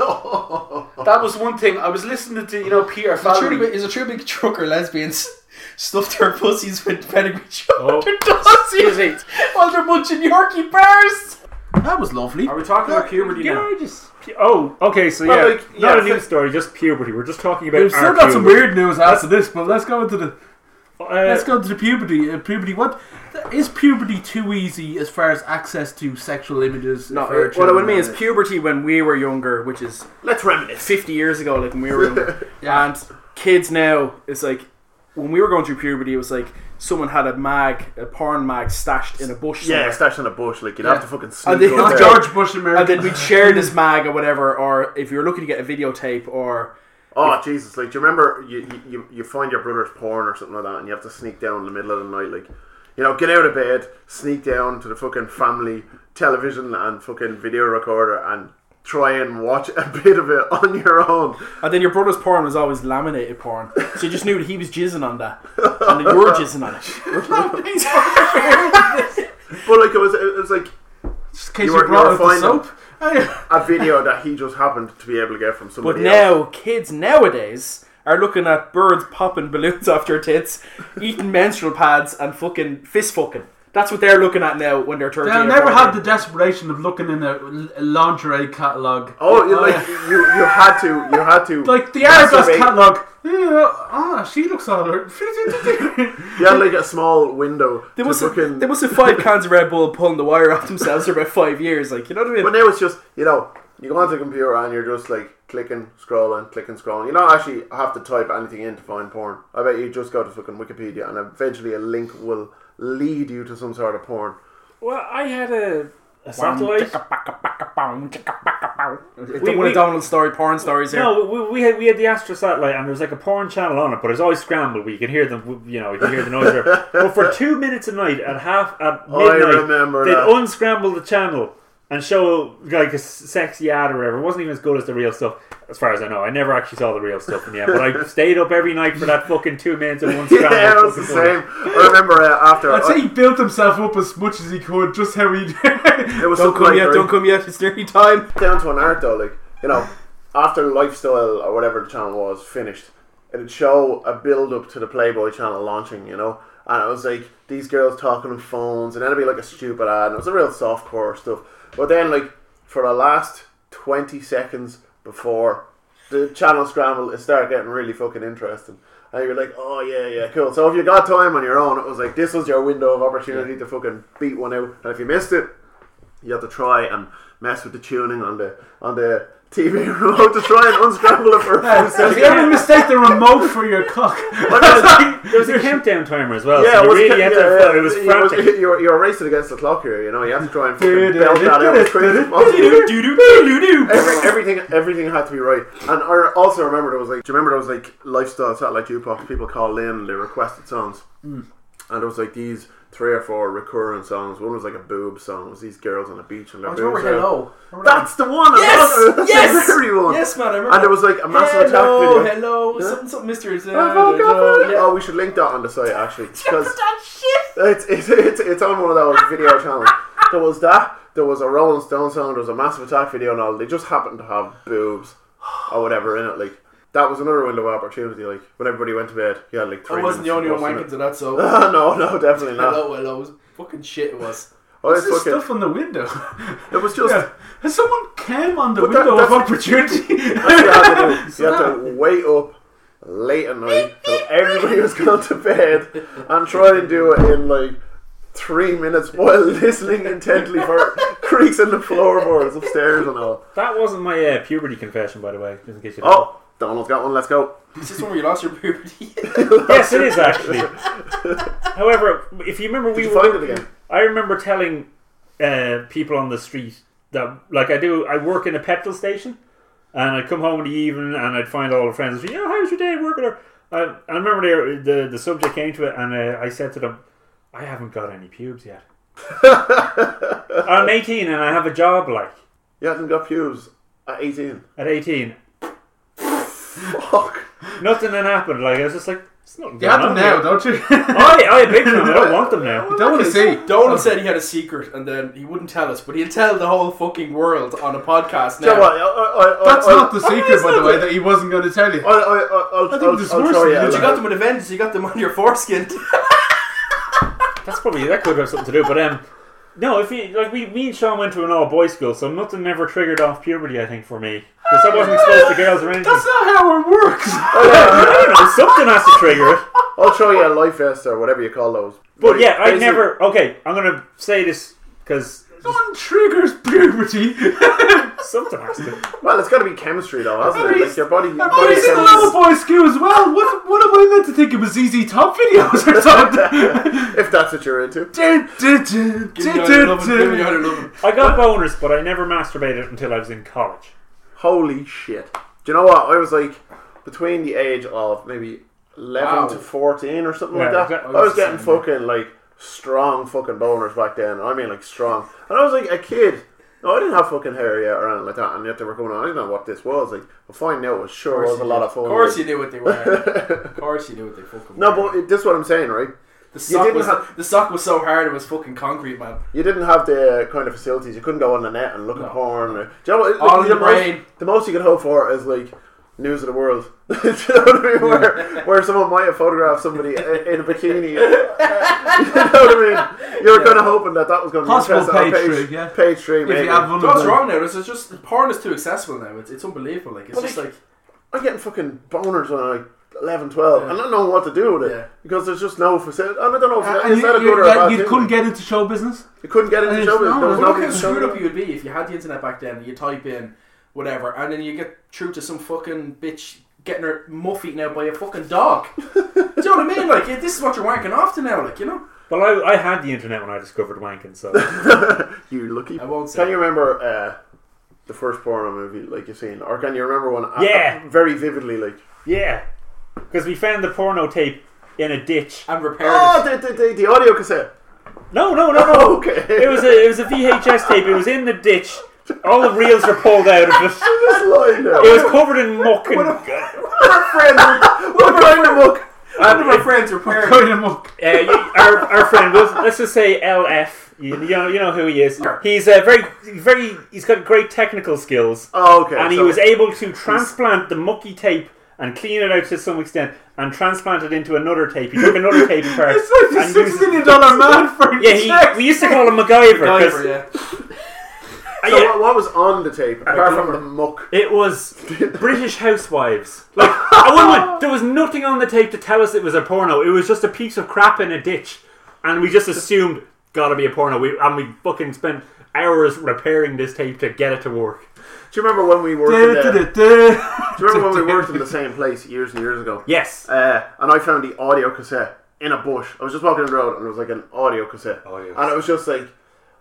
J: That was one thing. I was listening to you know Peter
I: Is a true
J: Fallery.
I: big, is a true big trucker lesbians stuffed their pussies with pedigree chum
A: Oh.
I: their dossies while they're munching Yorkie bars?
J: That was lovely.
D: Are we talking about puberty now?
A: Oh, okay, so yeah,
J: like, yeah,
A: not a
J: so-
A: news story, just puberty. We're just talking about.
D: We've still
A: our
D: got some
A: puberty.
D: weird news after this, but let's go into the
A: Uh,
D: let's go into the puberty. Uh, puberty. What is puberty too easy as far as access to sexual images?
C: No,
D: for
C: what I would
D: children?
C: mean is puberty when we were younger, which is
B: Let's reminisce.
C: 50 years ago, like when we were younger. And kids now, it's like when we were going through puberty, it was like someone had a mag, a porn mag stashed in a bush.
B: Yeah,
C: somewhere.
B: stashed in a bush, like you'd have to fucking
C: And
B: sneak
C: they-
B: up
C: it's
B: there.
D: George Bush
C: And
D: America.
C: then we'd share this mag or whatever, or if you were looking to get a videotape, or
B: Oh Jesus! Like, do you remember you, you- you you find your brother's porn or something like that, and you have to sneak down in the middle of the night, like, you know, get out of bed, sneak down to the fucking family television and fucking video recorder, and try and watch a bit of it on your own.
C: and then your brother's porn was always laminated porn, so you just knew that he was jizzing on that, and then you were jizzing on it.
B: But like, it was it was like
D: Just in case you,
B: you were- you
D: brought
B: were
D: out the
B: finding-
D: soap. Oh, yeah.
B: a video that he just happened to be able to get from
C: but
B: somebody. else.
C: now kids nowadays are looking at birds popping balloons off their tits, eating menstrual pads, and fucking fist fucking. That's what they're looking at now when they're thirteen.
D: They'll
C: or
D: never
C: 14.
D: have the desperation of looking in a, a lingerie catalogue.
B: oh, you, like
D: yeah.
B: you you had to you had to
D: Like the Airbus
B: masturbate.
D: catalogue. Yeah, ah, she looks alright. She's
B: You had like a small window
C: They
B: to
C: must,
B: fucking.
C: have, they must have five cans of Red Bull pulling the wire off themselves for about five years. Like, you know what I mean?
B: But now it's just, you know, you go onto the computer and you're just like clicking, scrolling, clicking, scrolling. You don't actually have to type anything in to find porn. I bet you just go to fucking Wikipedia and eventually a link will lead you to some sort of porn.
A: well, I had a, a satellite.
C: It's
A: We-
C: the one
A: we-
C: of Donald's story, porn stories here.
A: No, we, we had we had the Astro satellite, and there was like a porn channel on it, but it was always scrambled. We could hear them, you know, you could hear the noise. there. But for two minutes a night, at half at midnight,
B: remember
A: they'd
B: that.
A: unscramble the channel and show like a s- sexy ad or whatever. It wasn't even as good as the real stuff, as far as I know. I never actually saw the real stuff in the end, but I stayed up every night for that fucking two minutes of one scramble.
B: yeah, it was the same. I remember uh, after.
D: I'd say
B: I,
D: he built himself up as much as he could, just how he
B: it was
C: don't
B: something
C: come
B: like
C: yet,
B: right,
C: don't come yet, it's nearly time.
B: down to an art though, like, you know, after Lifestyle or whatever the channel was finished, it'd show a build up to the Playboy channel launching, you know? And it was like these girls talking on phones, and then it'd be like a stupid ad, and it was a real softcore stuff. But then, like, for the last 20 seconds before the channel scramble, it started getting really fucking interesting. And you're like, oh yeah, yeah, cool. So if you got time on your own, it was like this was your window of opportunity to fucking beat one out. And if you missed it, you have to try and mess with the tuning on the on the TV remote to try and unscramble it for a few
D: If you
B: seconds.
D: ever mistake the remote for your cock,
A: There was a countdown timer as well.
B: Yeah,
A: so
B: it
A: you
B: was,
A: really
B: yeah,
A: had to,
B: yeah,
A: it was
B: you was-
A: frantic.
B: you were- you were racing against the clock here. You know, you have to try and fucking belt that out as quick as possible. Every, everything, everything had to be right. And I also
A: Mm.
B: remember there was like, do you remember there was like lifestyle satellite jukebox? People called in and they requested songs. and there was like these three or four recurring songs. One was like a boob song. It was these girls on a beach
A: Oh,
B: and their
K: I
B: boobs
K: remember
B: out.
K: Hello. I remember
B: That's the one. I
K: Yes!
B: love it. That's
K: Yes!
B: the very one.
K: Yes, man, I remember.
B: And there was like a massive
K: hello,
B: attack video.
K: Hello,
B: Yeah.
K: something, something mysterious.
B: Oh, my God. Oh, we should link that on the site actually because it's, it's it's it's on one of those video channels. There was that. There was a Rolling Stone song. There was a Massive Attack video and all. They just happened to have boobs or whatever in it. Like that was another window of opportunity. Like when everybody went to bed, you had like. Three
K: I wasn't the only
B: minutes
K: one
B: to watch
K: wanking
B: it.
K: to that, so.
B: no, no, definitely not.
K: Hello, hello. It was fucking shit, it was.
B: Oh,
D: What's
B: it's
D: this
B: fucking-
D: stuff on the window?
B: It was just.
D: Has someone came on the
B: But that-
D: window of
B: that's-
D: opportunity?
B: That's what you had to do. You had to wait up late at night till everybody was gone to bed and try and do it in like three minutes while listening intently for creaks in the floorboards upstairs and all.
A: That wasn't my uh, puberty confession, by the way, just in case you didn't
B: Oh, Donald's got one. Let's go.
K: Is this one where you lost your puberty?
A: know. Yes, it is actually. However, if you remember, we
B: Did you
A: were.
B: find it again?
A: I remember telling uh, people on the street that, like, I do, I work in a petrol station, and I'd come home in the evening and I'd find all the friends. And say, "Yeah, how's your day working?" Or I, I remember the, the the subject came to it, and uh, I said to them, "I haven't got any pubes yet. I'm 18 and I have a job, like
B: You haven't got pubes at 18.
A: at 18,
B: Fuck.
A: nothing had happened. Like I was just like, it's not.
D: You have them now, don't you?
B: Oh,
A: I, I had big them. I don't want them now.
D: don't want to see.
K: Donald said he had a secret and then he wouldn't tell us, but he'd tell the whole fucking world on a podcast
B: Do you know
K: now.
B: what? I, I, I,
D: That's
B: I,
D: not the secret, by the way,
B: I,
D: that he wasn't going to tell you.
B: I, I, I'll,
D: think
B: I'll,
D: there's
B: I'll
D: worse
B: try
D: than
B: it.
D: that.
K: But you got them with a vengeance, you got them on your foreskin.
A: That's probably that could have something to do. But um, no, if you like, we me and Sean went to an all boys school, so nothing ever triggered off puberty. I think for me, because I wasn't exposed to girls or anything.
D: not how it works.
B: Oh,
A: I don't know, something has to trigger it.
B: I'll show you a life vest or whatever you call those.
A: But yeah, I
B: Basically-
A: never. Okay, I'm gonna say this because
D: Someone triggers puberty.
A: something has to.
B: Well, it's got to be chemistry though, hasn't it?
D: Everybody's-
B: Like your body, your
D: But
B: body
D: he's in
B: chemistry.
D: another boys' school as well. What, what am I meant to think it was easy top videos or something?
B: if that's what you're into.
D: Dun, dun, dun, dun, dun, dun.
A: I got boners, but I never masturbated until I was in college.
B: Holy shit. Do you know what? I was like between the age of maybe 11
K: Wow.
B: to 14 or something
A: Yeah,
B: like that.
A: exactly.
B: I was getting fucking like strong fucking boners back then. I mean, like strong. And I was like a kid. No, I didn't have fucking hair yet or anything like that. And yet they were going on. I didn't know what this was. Like, I find out it sure was a lot of fun.
K: Of course you knew what they were. Of course you knew what they fucking
B: No,
K: were.
B: but it- this is what I'm saying, right?
K: the sock,
B: didn't
K: was,
B: have-
K: the sock was so hard it was fucking concrete, man.
B: You didn't have the kind of facilities. You couldn't go on the net and look at porn. Or, do you know what?
K: All in
B: the,
K: the
B: most,
K: brain.
B: the most you could hope for is like news of the world. do you know what I mean? Where, where someone might have photographed somebody i- in a bikini. you know what I mean? You were kind of hoping that that was going to
D: Possible
B: be interesting.
D: page
B: on
D: three, yeah.
B: Page three,
D: If
B: maybe.
D: you have one
K: What's
D: of them.
K: wrong now? It's it's just porn is too accessible now. It's, it's unbelievable. Like it's
B: Well,
K: just
B: like-
K: like
B: I'm getting fucking boners when I'm like 11, 12. and not knowing what to do with it
K: Yeah.
B: because there's just no facility. And I don't know if that,
D: Uh, And
B: is that
D: you,
B: a good
D: you,
B: or a bad
D: you
B: thing.
D: couldn't get into show business?
B: you couldn't get into
D: and
B: show.
D: it's- no,
B: There was
D: but
K: Well, look
B: nobody
K: how
B: to show
K: screwed
B: you.
K: up you would be if you had the internet back then and you type in whatever and then you get through to some fucking bitch getting her muff eaten out by a fucking dog. Do you know what I mean? Like, this is what you're wanking off to now, like, you know?
A: Well, I, I had the internet when I discovered wanking, so
B: You lucky.
K: I won't say.
B: Can you remember uh, the first porno movie like you've seen, or can you remember one? uh,
A: Yeah.
B: uh, very vividly. Like
A: yeah, because we found the porno tape in a ditch.
K: I'm repaired.
B: oh, the the, the, the audio cassette.
A: No, no, no, no.
B: Oh, okay.
A: It was a it was a VHS tape. It was in the ditch. All the reels were pulled out of it.
B: Just lying there.
A: It was covered in muck and
B: What friend? What kind of look?
K: None of my friends repaired.
D: Going amok.
A: uh, you, our, our friend was let's just say LF. You, you know you know who he is. He's a very very he's got great technical skills,
B: Oh, okay.
A: and he
B: so-
A: was able to transplant the mucky tape. And clean it out to some extent, and transplant it into another tape. He took another tape apart.
D: It's like
A: and
D: a six
A: used-
D: million dollar man for
A: Yeah, he, we used to call him MacGyver. 'cause-
K: Diver, yeah.
A: uh,
B: So
A: yeah,
B: what, what was on the tape apart from the muck?
A: It was British housewives. Like I wouldn't mind- there was nothing on the tape to tell us it was a porno. It was just a piece of crap in a ditch, and we just assumed gotta be a porno. We and we fucking spent hours repairing this tape to get it to work.
B: Do you remember when we worked? in the, do
D: That's
B: you remember when we worked in the same place years and years ago?
A: Yes.
B: Uh, and I found the audio cassette in a bush. I was just walking down the road and there was like an audio cassette.
A: Audio
B: and it was just like,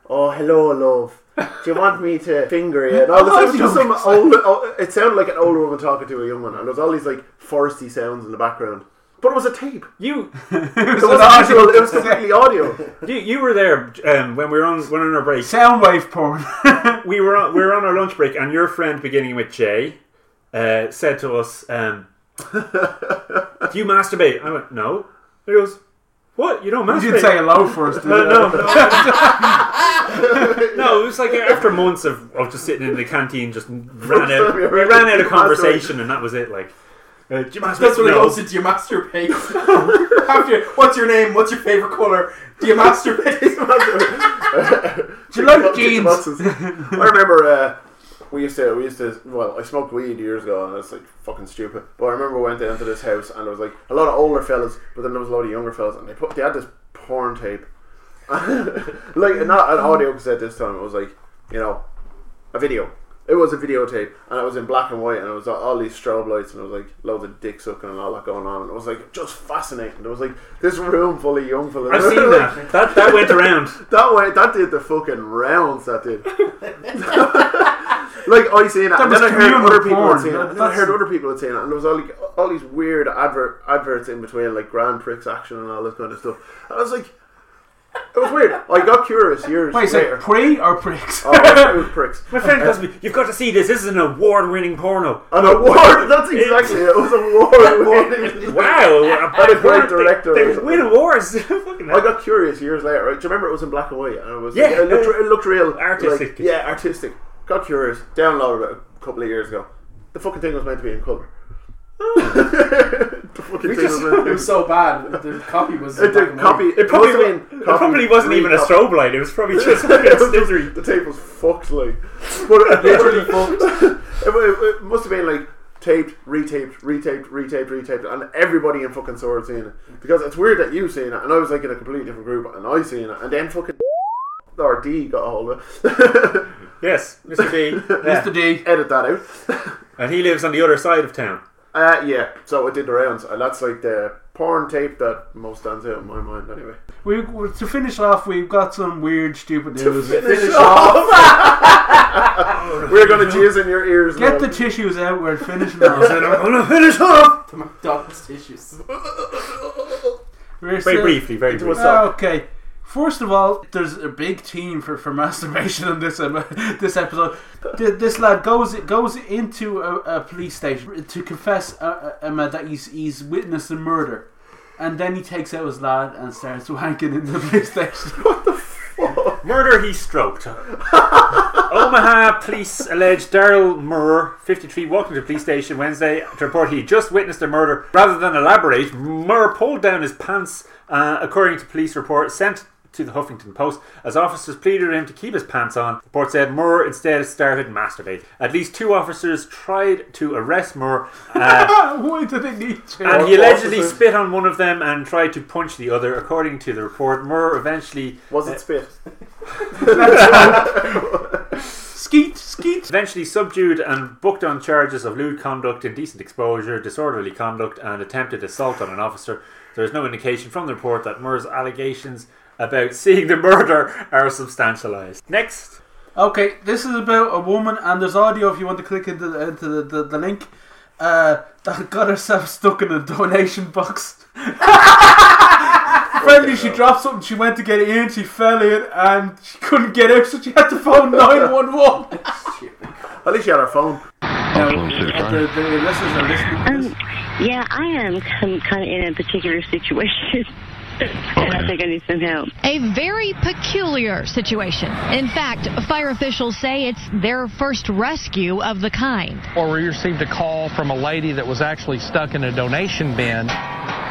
B: oh, hello, love. Do you want me to finger you? And all this, it was just some old, oh, it sounded like an older woman talking to a young one. And there was all these like foresty sounds in the background. But it was a tape.
A: You.
B: it was audio. It was completely audio.
A: You, you were there um, when we were on when on our break.
D: Soundwave porn.
A: we were on, we were on our lunch break, and your friend, beginning with J, uh, said to us, um, "Do you masturbate?" I went, "No." He goes, "What? You don't masturbate?"
D: You did say hello first.
A: No,
D: didn't
A: no,
D: you?
A: no. No, it was like after months of, of just sitting in the canteen, just ran out. We ran out of conversation, and that was it. Like, uh, do you masturbate?
H: That's when it
A: No.
H: goes into your masturbate. After, what's your name? What's your favorite color? Do you masturbate?
D: Do you like
B: Tick
D: jeans?
B: boxes. I remember uh, we used to we used to well I smoked weed years ago and it's like fucking stupid. But I remember we went down to this house and there was like a lot of older fellas, but then there was a lot of younger fellas and they put they had this porn tape, like not an audio cassette this time. It was like you know a video. It was a videotape and it was in black and white and it was all these strobe lights and it was like loads of dick sucking and all that going on and it was like just fascinating. There was like this room full of young fellas.
A: I've seen that. That that went around.
B: That way, that did the fucking rounds. That did. like I seen it, and
D: was
B: then I heard
D: communal
B: other people
D: porn.
B: had seen it, and then I
D: That's-
B: heard other people had seen it, and there was all like all these weird advert adverts in between, like Grand Prix action and all this kind of stuff. And I was like, it was weird. I got curious years
D: Wait, is
B: later.
D: it pre or pricks?
B: Oh, it was pricks.
A: My friend tells me, "You've got to see this. This is an award-winning porno."
B: An award. That's exactly it. It was an award.
A: Wow,
B: What a great director.
A: They, they win awards. Fucking
B: I
A: hell.
B: got curious years later. Right? Do you remember it was in black and white? And it was
A: Yeah.
B: yeah, it, looked, it looked real
A: Artistic.
B: like- yeah, artistic. Got curious. Downloaded it a couple of years ago. The fucking thing was meant to be in colour.
A: Oh.
B: the fucking thing was meant
K: It
B: to be.
K: was so bad. The copy was.
B: It did copy. It
A: probably
B: must have
A: wa-
B: been
A: it
B: copied,
A: probably wasn't even a
B: recopied.
A: strobe light. It was probably just fucking
B: It was just-
A: scissory.
B: The tape was fucked, like. But it, literally fucked. It, it- it must have been like taped, retaped, retaped, retaped, retaped, and everybody in fucking Sword seen it because it's weird that you seen it, and I was like in a completely different group, and I seen it, and then fucking or D got a hold of it.
A: Yes, Mr. D.
D: Mr. D.
B: Edit that out.
A: And he lives on the other side of town.
B: Uh, yeah, so it did the rounds, and that's like the porn tape that most stands out in my mind, anyway.
D: We, we- to finish off, we've got some weird, stupid news.
B: Finish off. We're gonna jizz in your ears.
D: Get
B: now.
D: the tissues out. We're finishing off.
A: gonna finish off.
K: The McDonald's tissues.
D: We're
A: Very
D: still-
A: briefly, very briefly.
D: Okay. First of all, there's a big team for, for masturbation in this um, this episode. Th- This lad goes goes into a, a police station to confess uh, uh, um, that he's he's witnessed a murder, and then he takes out his lad and starts wanking in the police station.
A: Murder he stroked. Omaha police allege Daryl Murr, 53, walked into the police station Wednesday to report he just witnessed a murder. Rather than elaborate, Murr pulled down his pants, uh, according to police report sent to the Huffington Post. As officers pleaded him to keep his pants on, the report said Murr instead started masturbating. At least two officers tried to arrest Murr. uh,
D: Why did they need to?
A: And
B: Or
A: he allegedly
B: officers.
A: spit on one of them and tried to punch the other, according to the report. Murr eventually
B: Was it spit?
D: Skeet skeet.
A: eventually subdued and booked on charges of lewd conduct, indecent exposure, disorderly conduct, and attempted assault on an officer. There is no indication from the report that Murr's allegations about seeing the murder are substantialized. Next,
D: Okay, this is about a woman, and there's audio if you want to click into the, into the, the, the link. Uh, that got herself stuck in a donation box. Friendly, she dropped something, she went to get it in, she fell in, and she couldn't get out, so she had to phone 911.
B: At least you had our phone.
D: now, the, the listeners are listening to this.
L: Yeah, I am com- kind of in a particular situation. and I think I need some help.
M: A very peculiar situation. In fact, fire officials say it's their first rescue of the kind.
G: Or we received a call from a lady that was actually stuck in a donation bin.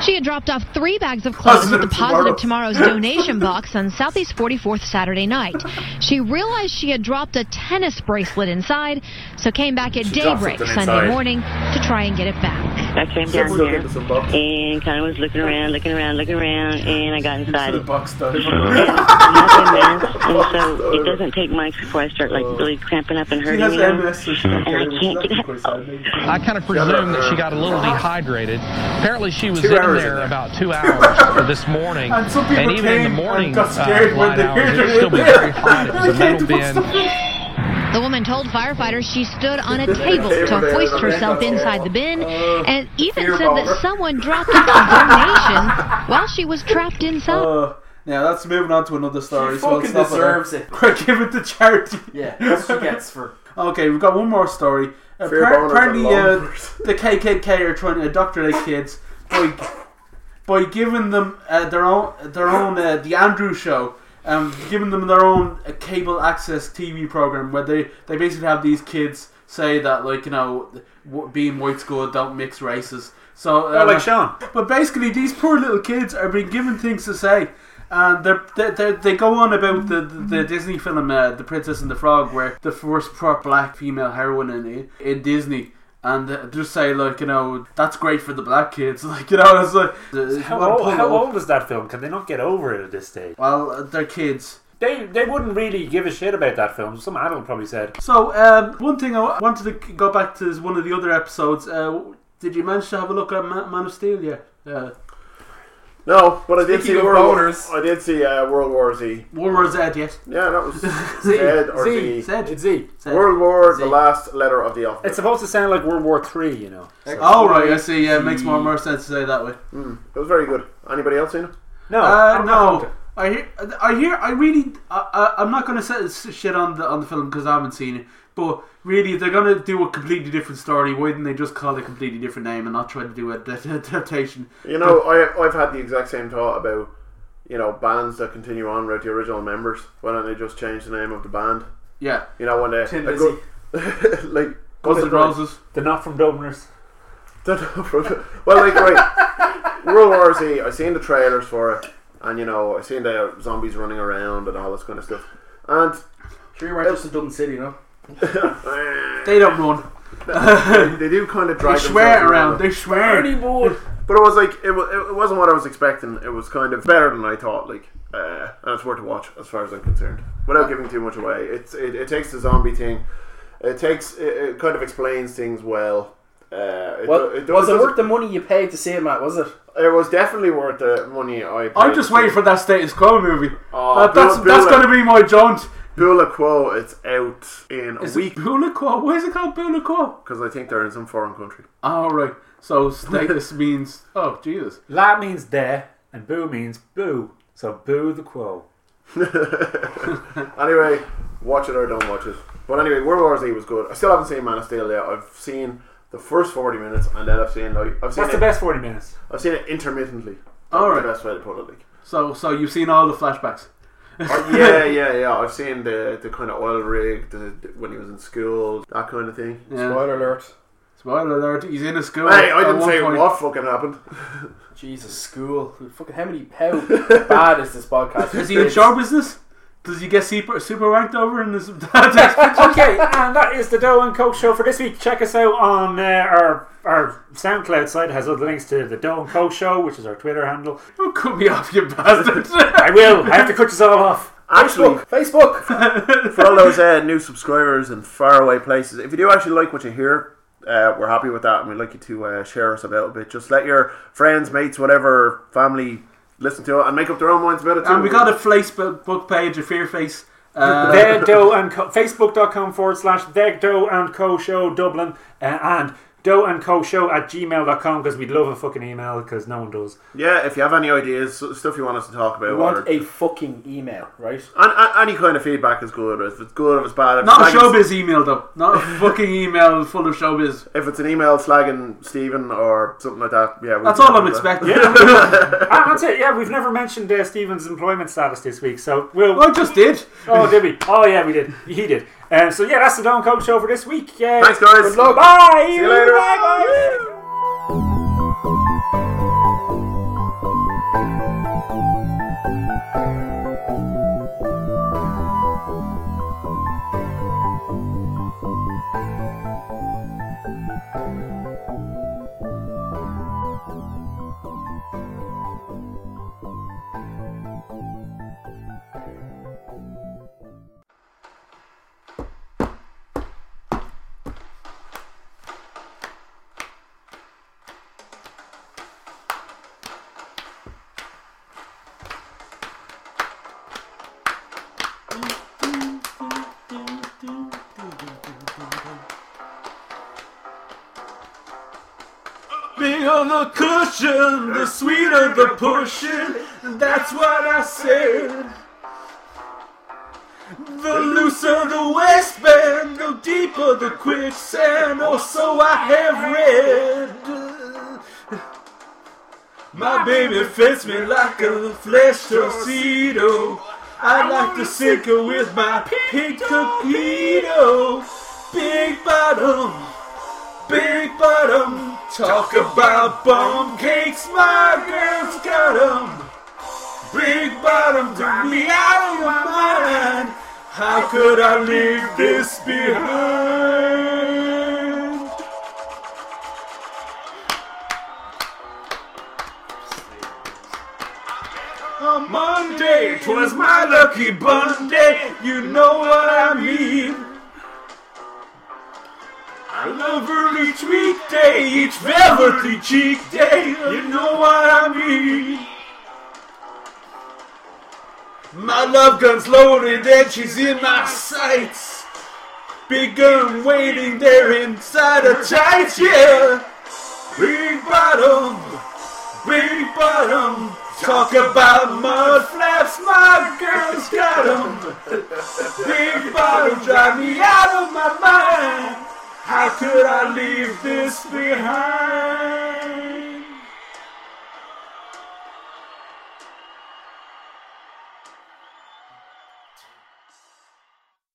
M: She had dropped off three bags of clothes at the
D: Positive
M: Positive Tomorrow's donation box on Southeast 44th Saturday night. She realized she had dropped a tennis bracelet inside, so came back at
A: She dropped
M: daybreak
A: something
M: Sunday
A: inside.
M: morning to try and get it back.
L: I came down
B: Someone
L: here
B: look into some box.
L: and kind of was looking around, looking around, looking around, and I got
D: The
L: inside.
D: box
L: Yeah,
D: diver.
L: nothing there. And so it doesn't take much before I start like really cramping up and
D: She
L: hurting.
D: has
L: you know?
D: MS, so she can't
L: And I can't
D: get
L: get
D: out. That's
G: I kind of presume that she got a little dehydrated. Apparently, she was
A: Two
G: in
A: hours
G: there,
A: in there.
G: about two hours this morning.
D: And some people
G: even in
D: came
G: the morning,
D: and got scared
G: uh,
D: when
G: light
D: they
G: hours,
D: heard
G: it was
D: it.
G: still been very hot. It was a
D: They came
G: metal
D: to put
G: bin.
D: stuff in.
M: The woman told firefighters she stood on a table to hoist herself inside the bin and even said that someone dropped a donation while she was trapped inside.
D: Uh, now that's moving on to another story.
H: She
D: so
H: fucking
D: let's stop
H: deserves
D: at
H: it.
D: that. Give it to charity.
H: Yeah, that's what she gets for-
D: Okay, we've got one more story. Uh,
H: Fair
D: par-
H: boners
D: apparently,
H: and
D: uh, the KKK are trying to indoctrinate kids by by giving them uh, their own their own uh, the Andrew Show, um, giving them their own uh, cable access TV program where they they basically have these kids say that like you know w- being white's good, don't mix races. So uh,
A: Oh, like Sean.
D: but basically, these poor little kids are being given things to say, and they're, they they they go on about the, the, the Disney film uh, The Princess and the Frog, where the first pro black female heroine in in Disney. And uh, just say like you know that's great for the black kids like you know it's like
A: How old, how old is that film? Can they not get over it at this stage?
D: Well, uh, they're kids.
A: They they wouldn't really give a shit about that film. Some adult probably said.
D: So um, one thing I wanted to go back to is one of the other episodes. Uh, did you manage to have a look at Ma- Man of Steel yet? Uh, Yeah.
B: No, but I did
D: Speaking
B: see
D: of
B: World.
D: boners.
B: I did see uh, World War Z.
D: World War Z, yes.
B: Yeah, that was
D: Z,
B: Z or
A: Z,
B: Z.
D: Z.
A: It's Z.
B: World War, the last letter of the alphabet.
A: It's supposed to sound like World War Three, you know. So-
D: Oh right, I see. Yeah, it makes more more sense to say it that way.
B: Mm, it was very good. Anybody else seen it?
A: No,
D: uh, no. I hear, I hear, I really, I, I, I'm not gonna say s- shit on the on the film because I haven't seen it. But really, if they're gonna do a completely different story, why didn't they just call it a completely different name and not try to do a ad- adaptation?
B: You know,
D: Hmm.
B: I, I've had the exact same thought about, you know, bands that continue on without the original members. Why don't they just change the name of the band?
D: Yeah.
B: You know, when they...
A: Tin
B: a
A: Lizzy.
B: good- like...
A: Guns
B: good-
A: N' Roses. They're not from Dubliners.
B: They're not from- well, like, right. World War Z, I seen the trailers for it. And, you know, I seen the zombies running around and all this kind of stuff. And...
K: Sure you weren't just in Dublin City, no?
D: they don't run.
B: they, do kind of drag
D: They swear
B: themselves
D: around. They swear.
B: But it was like it, wa- it wasn't what I was expecting. It was kind of better than I thought. Like, uh, and it's worth a watch as far as I'm concerned. Without giving too much away, it's it, it takes the zombie thing. It takes it, it kind of explains things well. Uh, it,
K: Well,
B: do- it
K: was it
B: does-
K: worth the money you paid to see it, Matt? Was it?
B: It was definitely worth the money I. Paid
D: I'm just waiting for that status quo movie.
B: Oh,
D: That- that's
B: Bula-
D: that's
B: Bula.
D: gonna be my joint.
B: Bula Quo. It's out in a
D: Is
B: week
D: it Bula Quo? Why is it called Bula Quo?
B: because I think they're in some foreign country.
D: All right. So status means oh Jesus.
A: La means there, and boo means boo. So boo the quo.
B: Anyway, watch it or don't watch it. But anyway, World War Z was good. I still haven't seen Man of Steel yet. I've seen the first forty minutes, and then I've seen like I've seen
A: That's the
B: it-
A: best forty minutes.
B: I've seen it intermittently.
D: All
B: That's
D: right.
B: the best way to put it. Like.
D: So so you've seen all the flashbacks.
B: Oh, yeah, yeah, yeah. I've seen the the kind of oil rig, the, when he was in school, that kind of thing.
D: Yeah. Spoiler
K: alert!
D: Spoiler alert! He's in a school.
B: Hey, I
D: at
B: didn't
D: one
B: say
D: point.
B: what fucking happened.
K: Jesus, school. Fucking how many? How bad is this podcast?
D: Is he in
K: It's-
D: show business? Does he get super, super ranked over in this?
A: okay, and that is the Doe and Coke show for this week. Check us out on uh, our our SoundCloud site. It has other links to the Doe and Coke show, which is our Twitter handle.
D: Oh, cut me off, you bastard!
A: I will. I have to cut us all off.
B: Actually,
K: Facebook.
B: for all those uh, new subscribers in faraway places, if you do actually like what you hear, uh, we're happy with that, and we'd like you to uh, share us a little bit. Just let your friends, mates, whatever, family listen to it and make up their own minds about it. Too.
D: and we got a Facebook book page, a Fearface. Uh,
A: the Doe and Co. Facebook.com forward slash The Doe and Co. Show Dublin uh, and Doe and Co. Show at gmail.com because we'd love a fucking email because no one does.
B: Yeah, if you have any ideas, s- stuff you want us to talk about,
K: We
B: or-
K: want a fucking email, right?
B: and, and any kind of feedback is good. If it's good, if it's bad, if
D: not
B: it's
D: a
B: slagging-
D: showbiz email though. Not a fucking email full of showbiz.
B: If it's an email slagging Stephen or something like that, yeah, we
D: That's
B: can
D: all I'm
B: do that.
D: expecting.
A: Ah, that's it. Yeah, we've never mentioned uh, Stephen's employment status this week, so we'll.
D: I just did.
A: Oh, did we? Oh, yeah, we did. He did. Um, so yeah, that's the Don Coke show for this week. Yeah.
B: Thanks, guys.
A: Good luck. Bye.
B: See you later.
A: Bye, bye.
D: Big on the cushion, the sweeter the pushing. That's what I said. The looser the waistband, the deeper the quicksand. Oh, so I have read. My baby fits me like a flesh torpedo. I like to sink her with my pink torpedo. Big bottom, big bottom. Talk about bum cakes, my girl's got 'em. Big bottom, drive me out of my mind. How could I leave this behind? On Monday, 'twas my lucky Monday. You know what I mean. I love her each weekday, each velvety cheek day. You know what I mean. My love gun's loaded and she's in my sights. Big gun waiting there inside a tight, yeah. Big bottom, big bottom. Talk about mud flaps, my girl's got 'em. Big bottom drive me out of my mind. How could I leave this behind?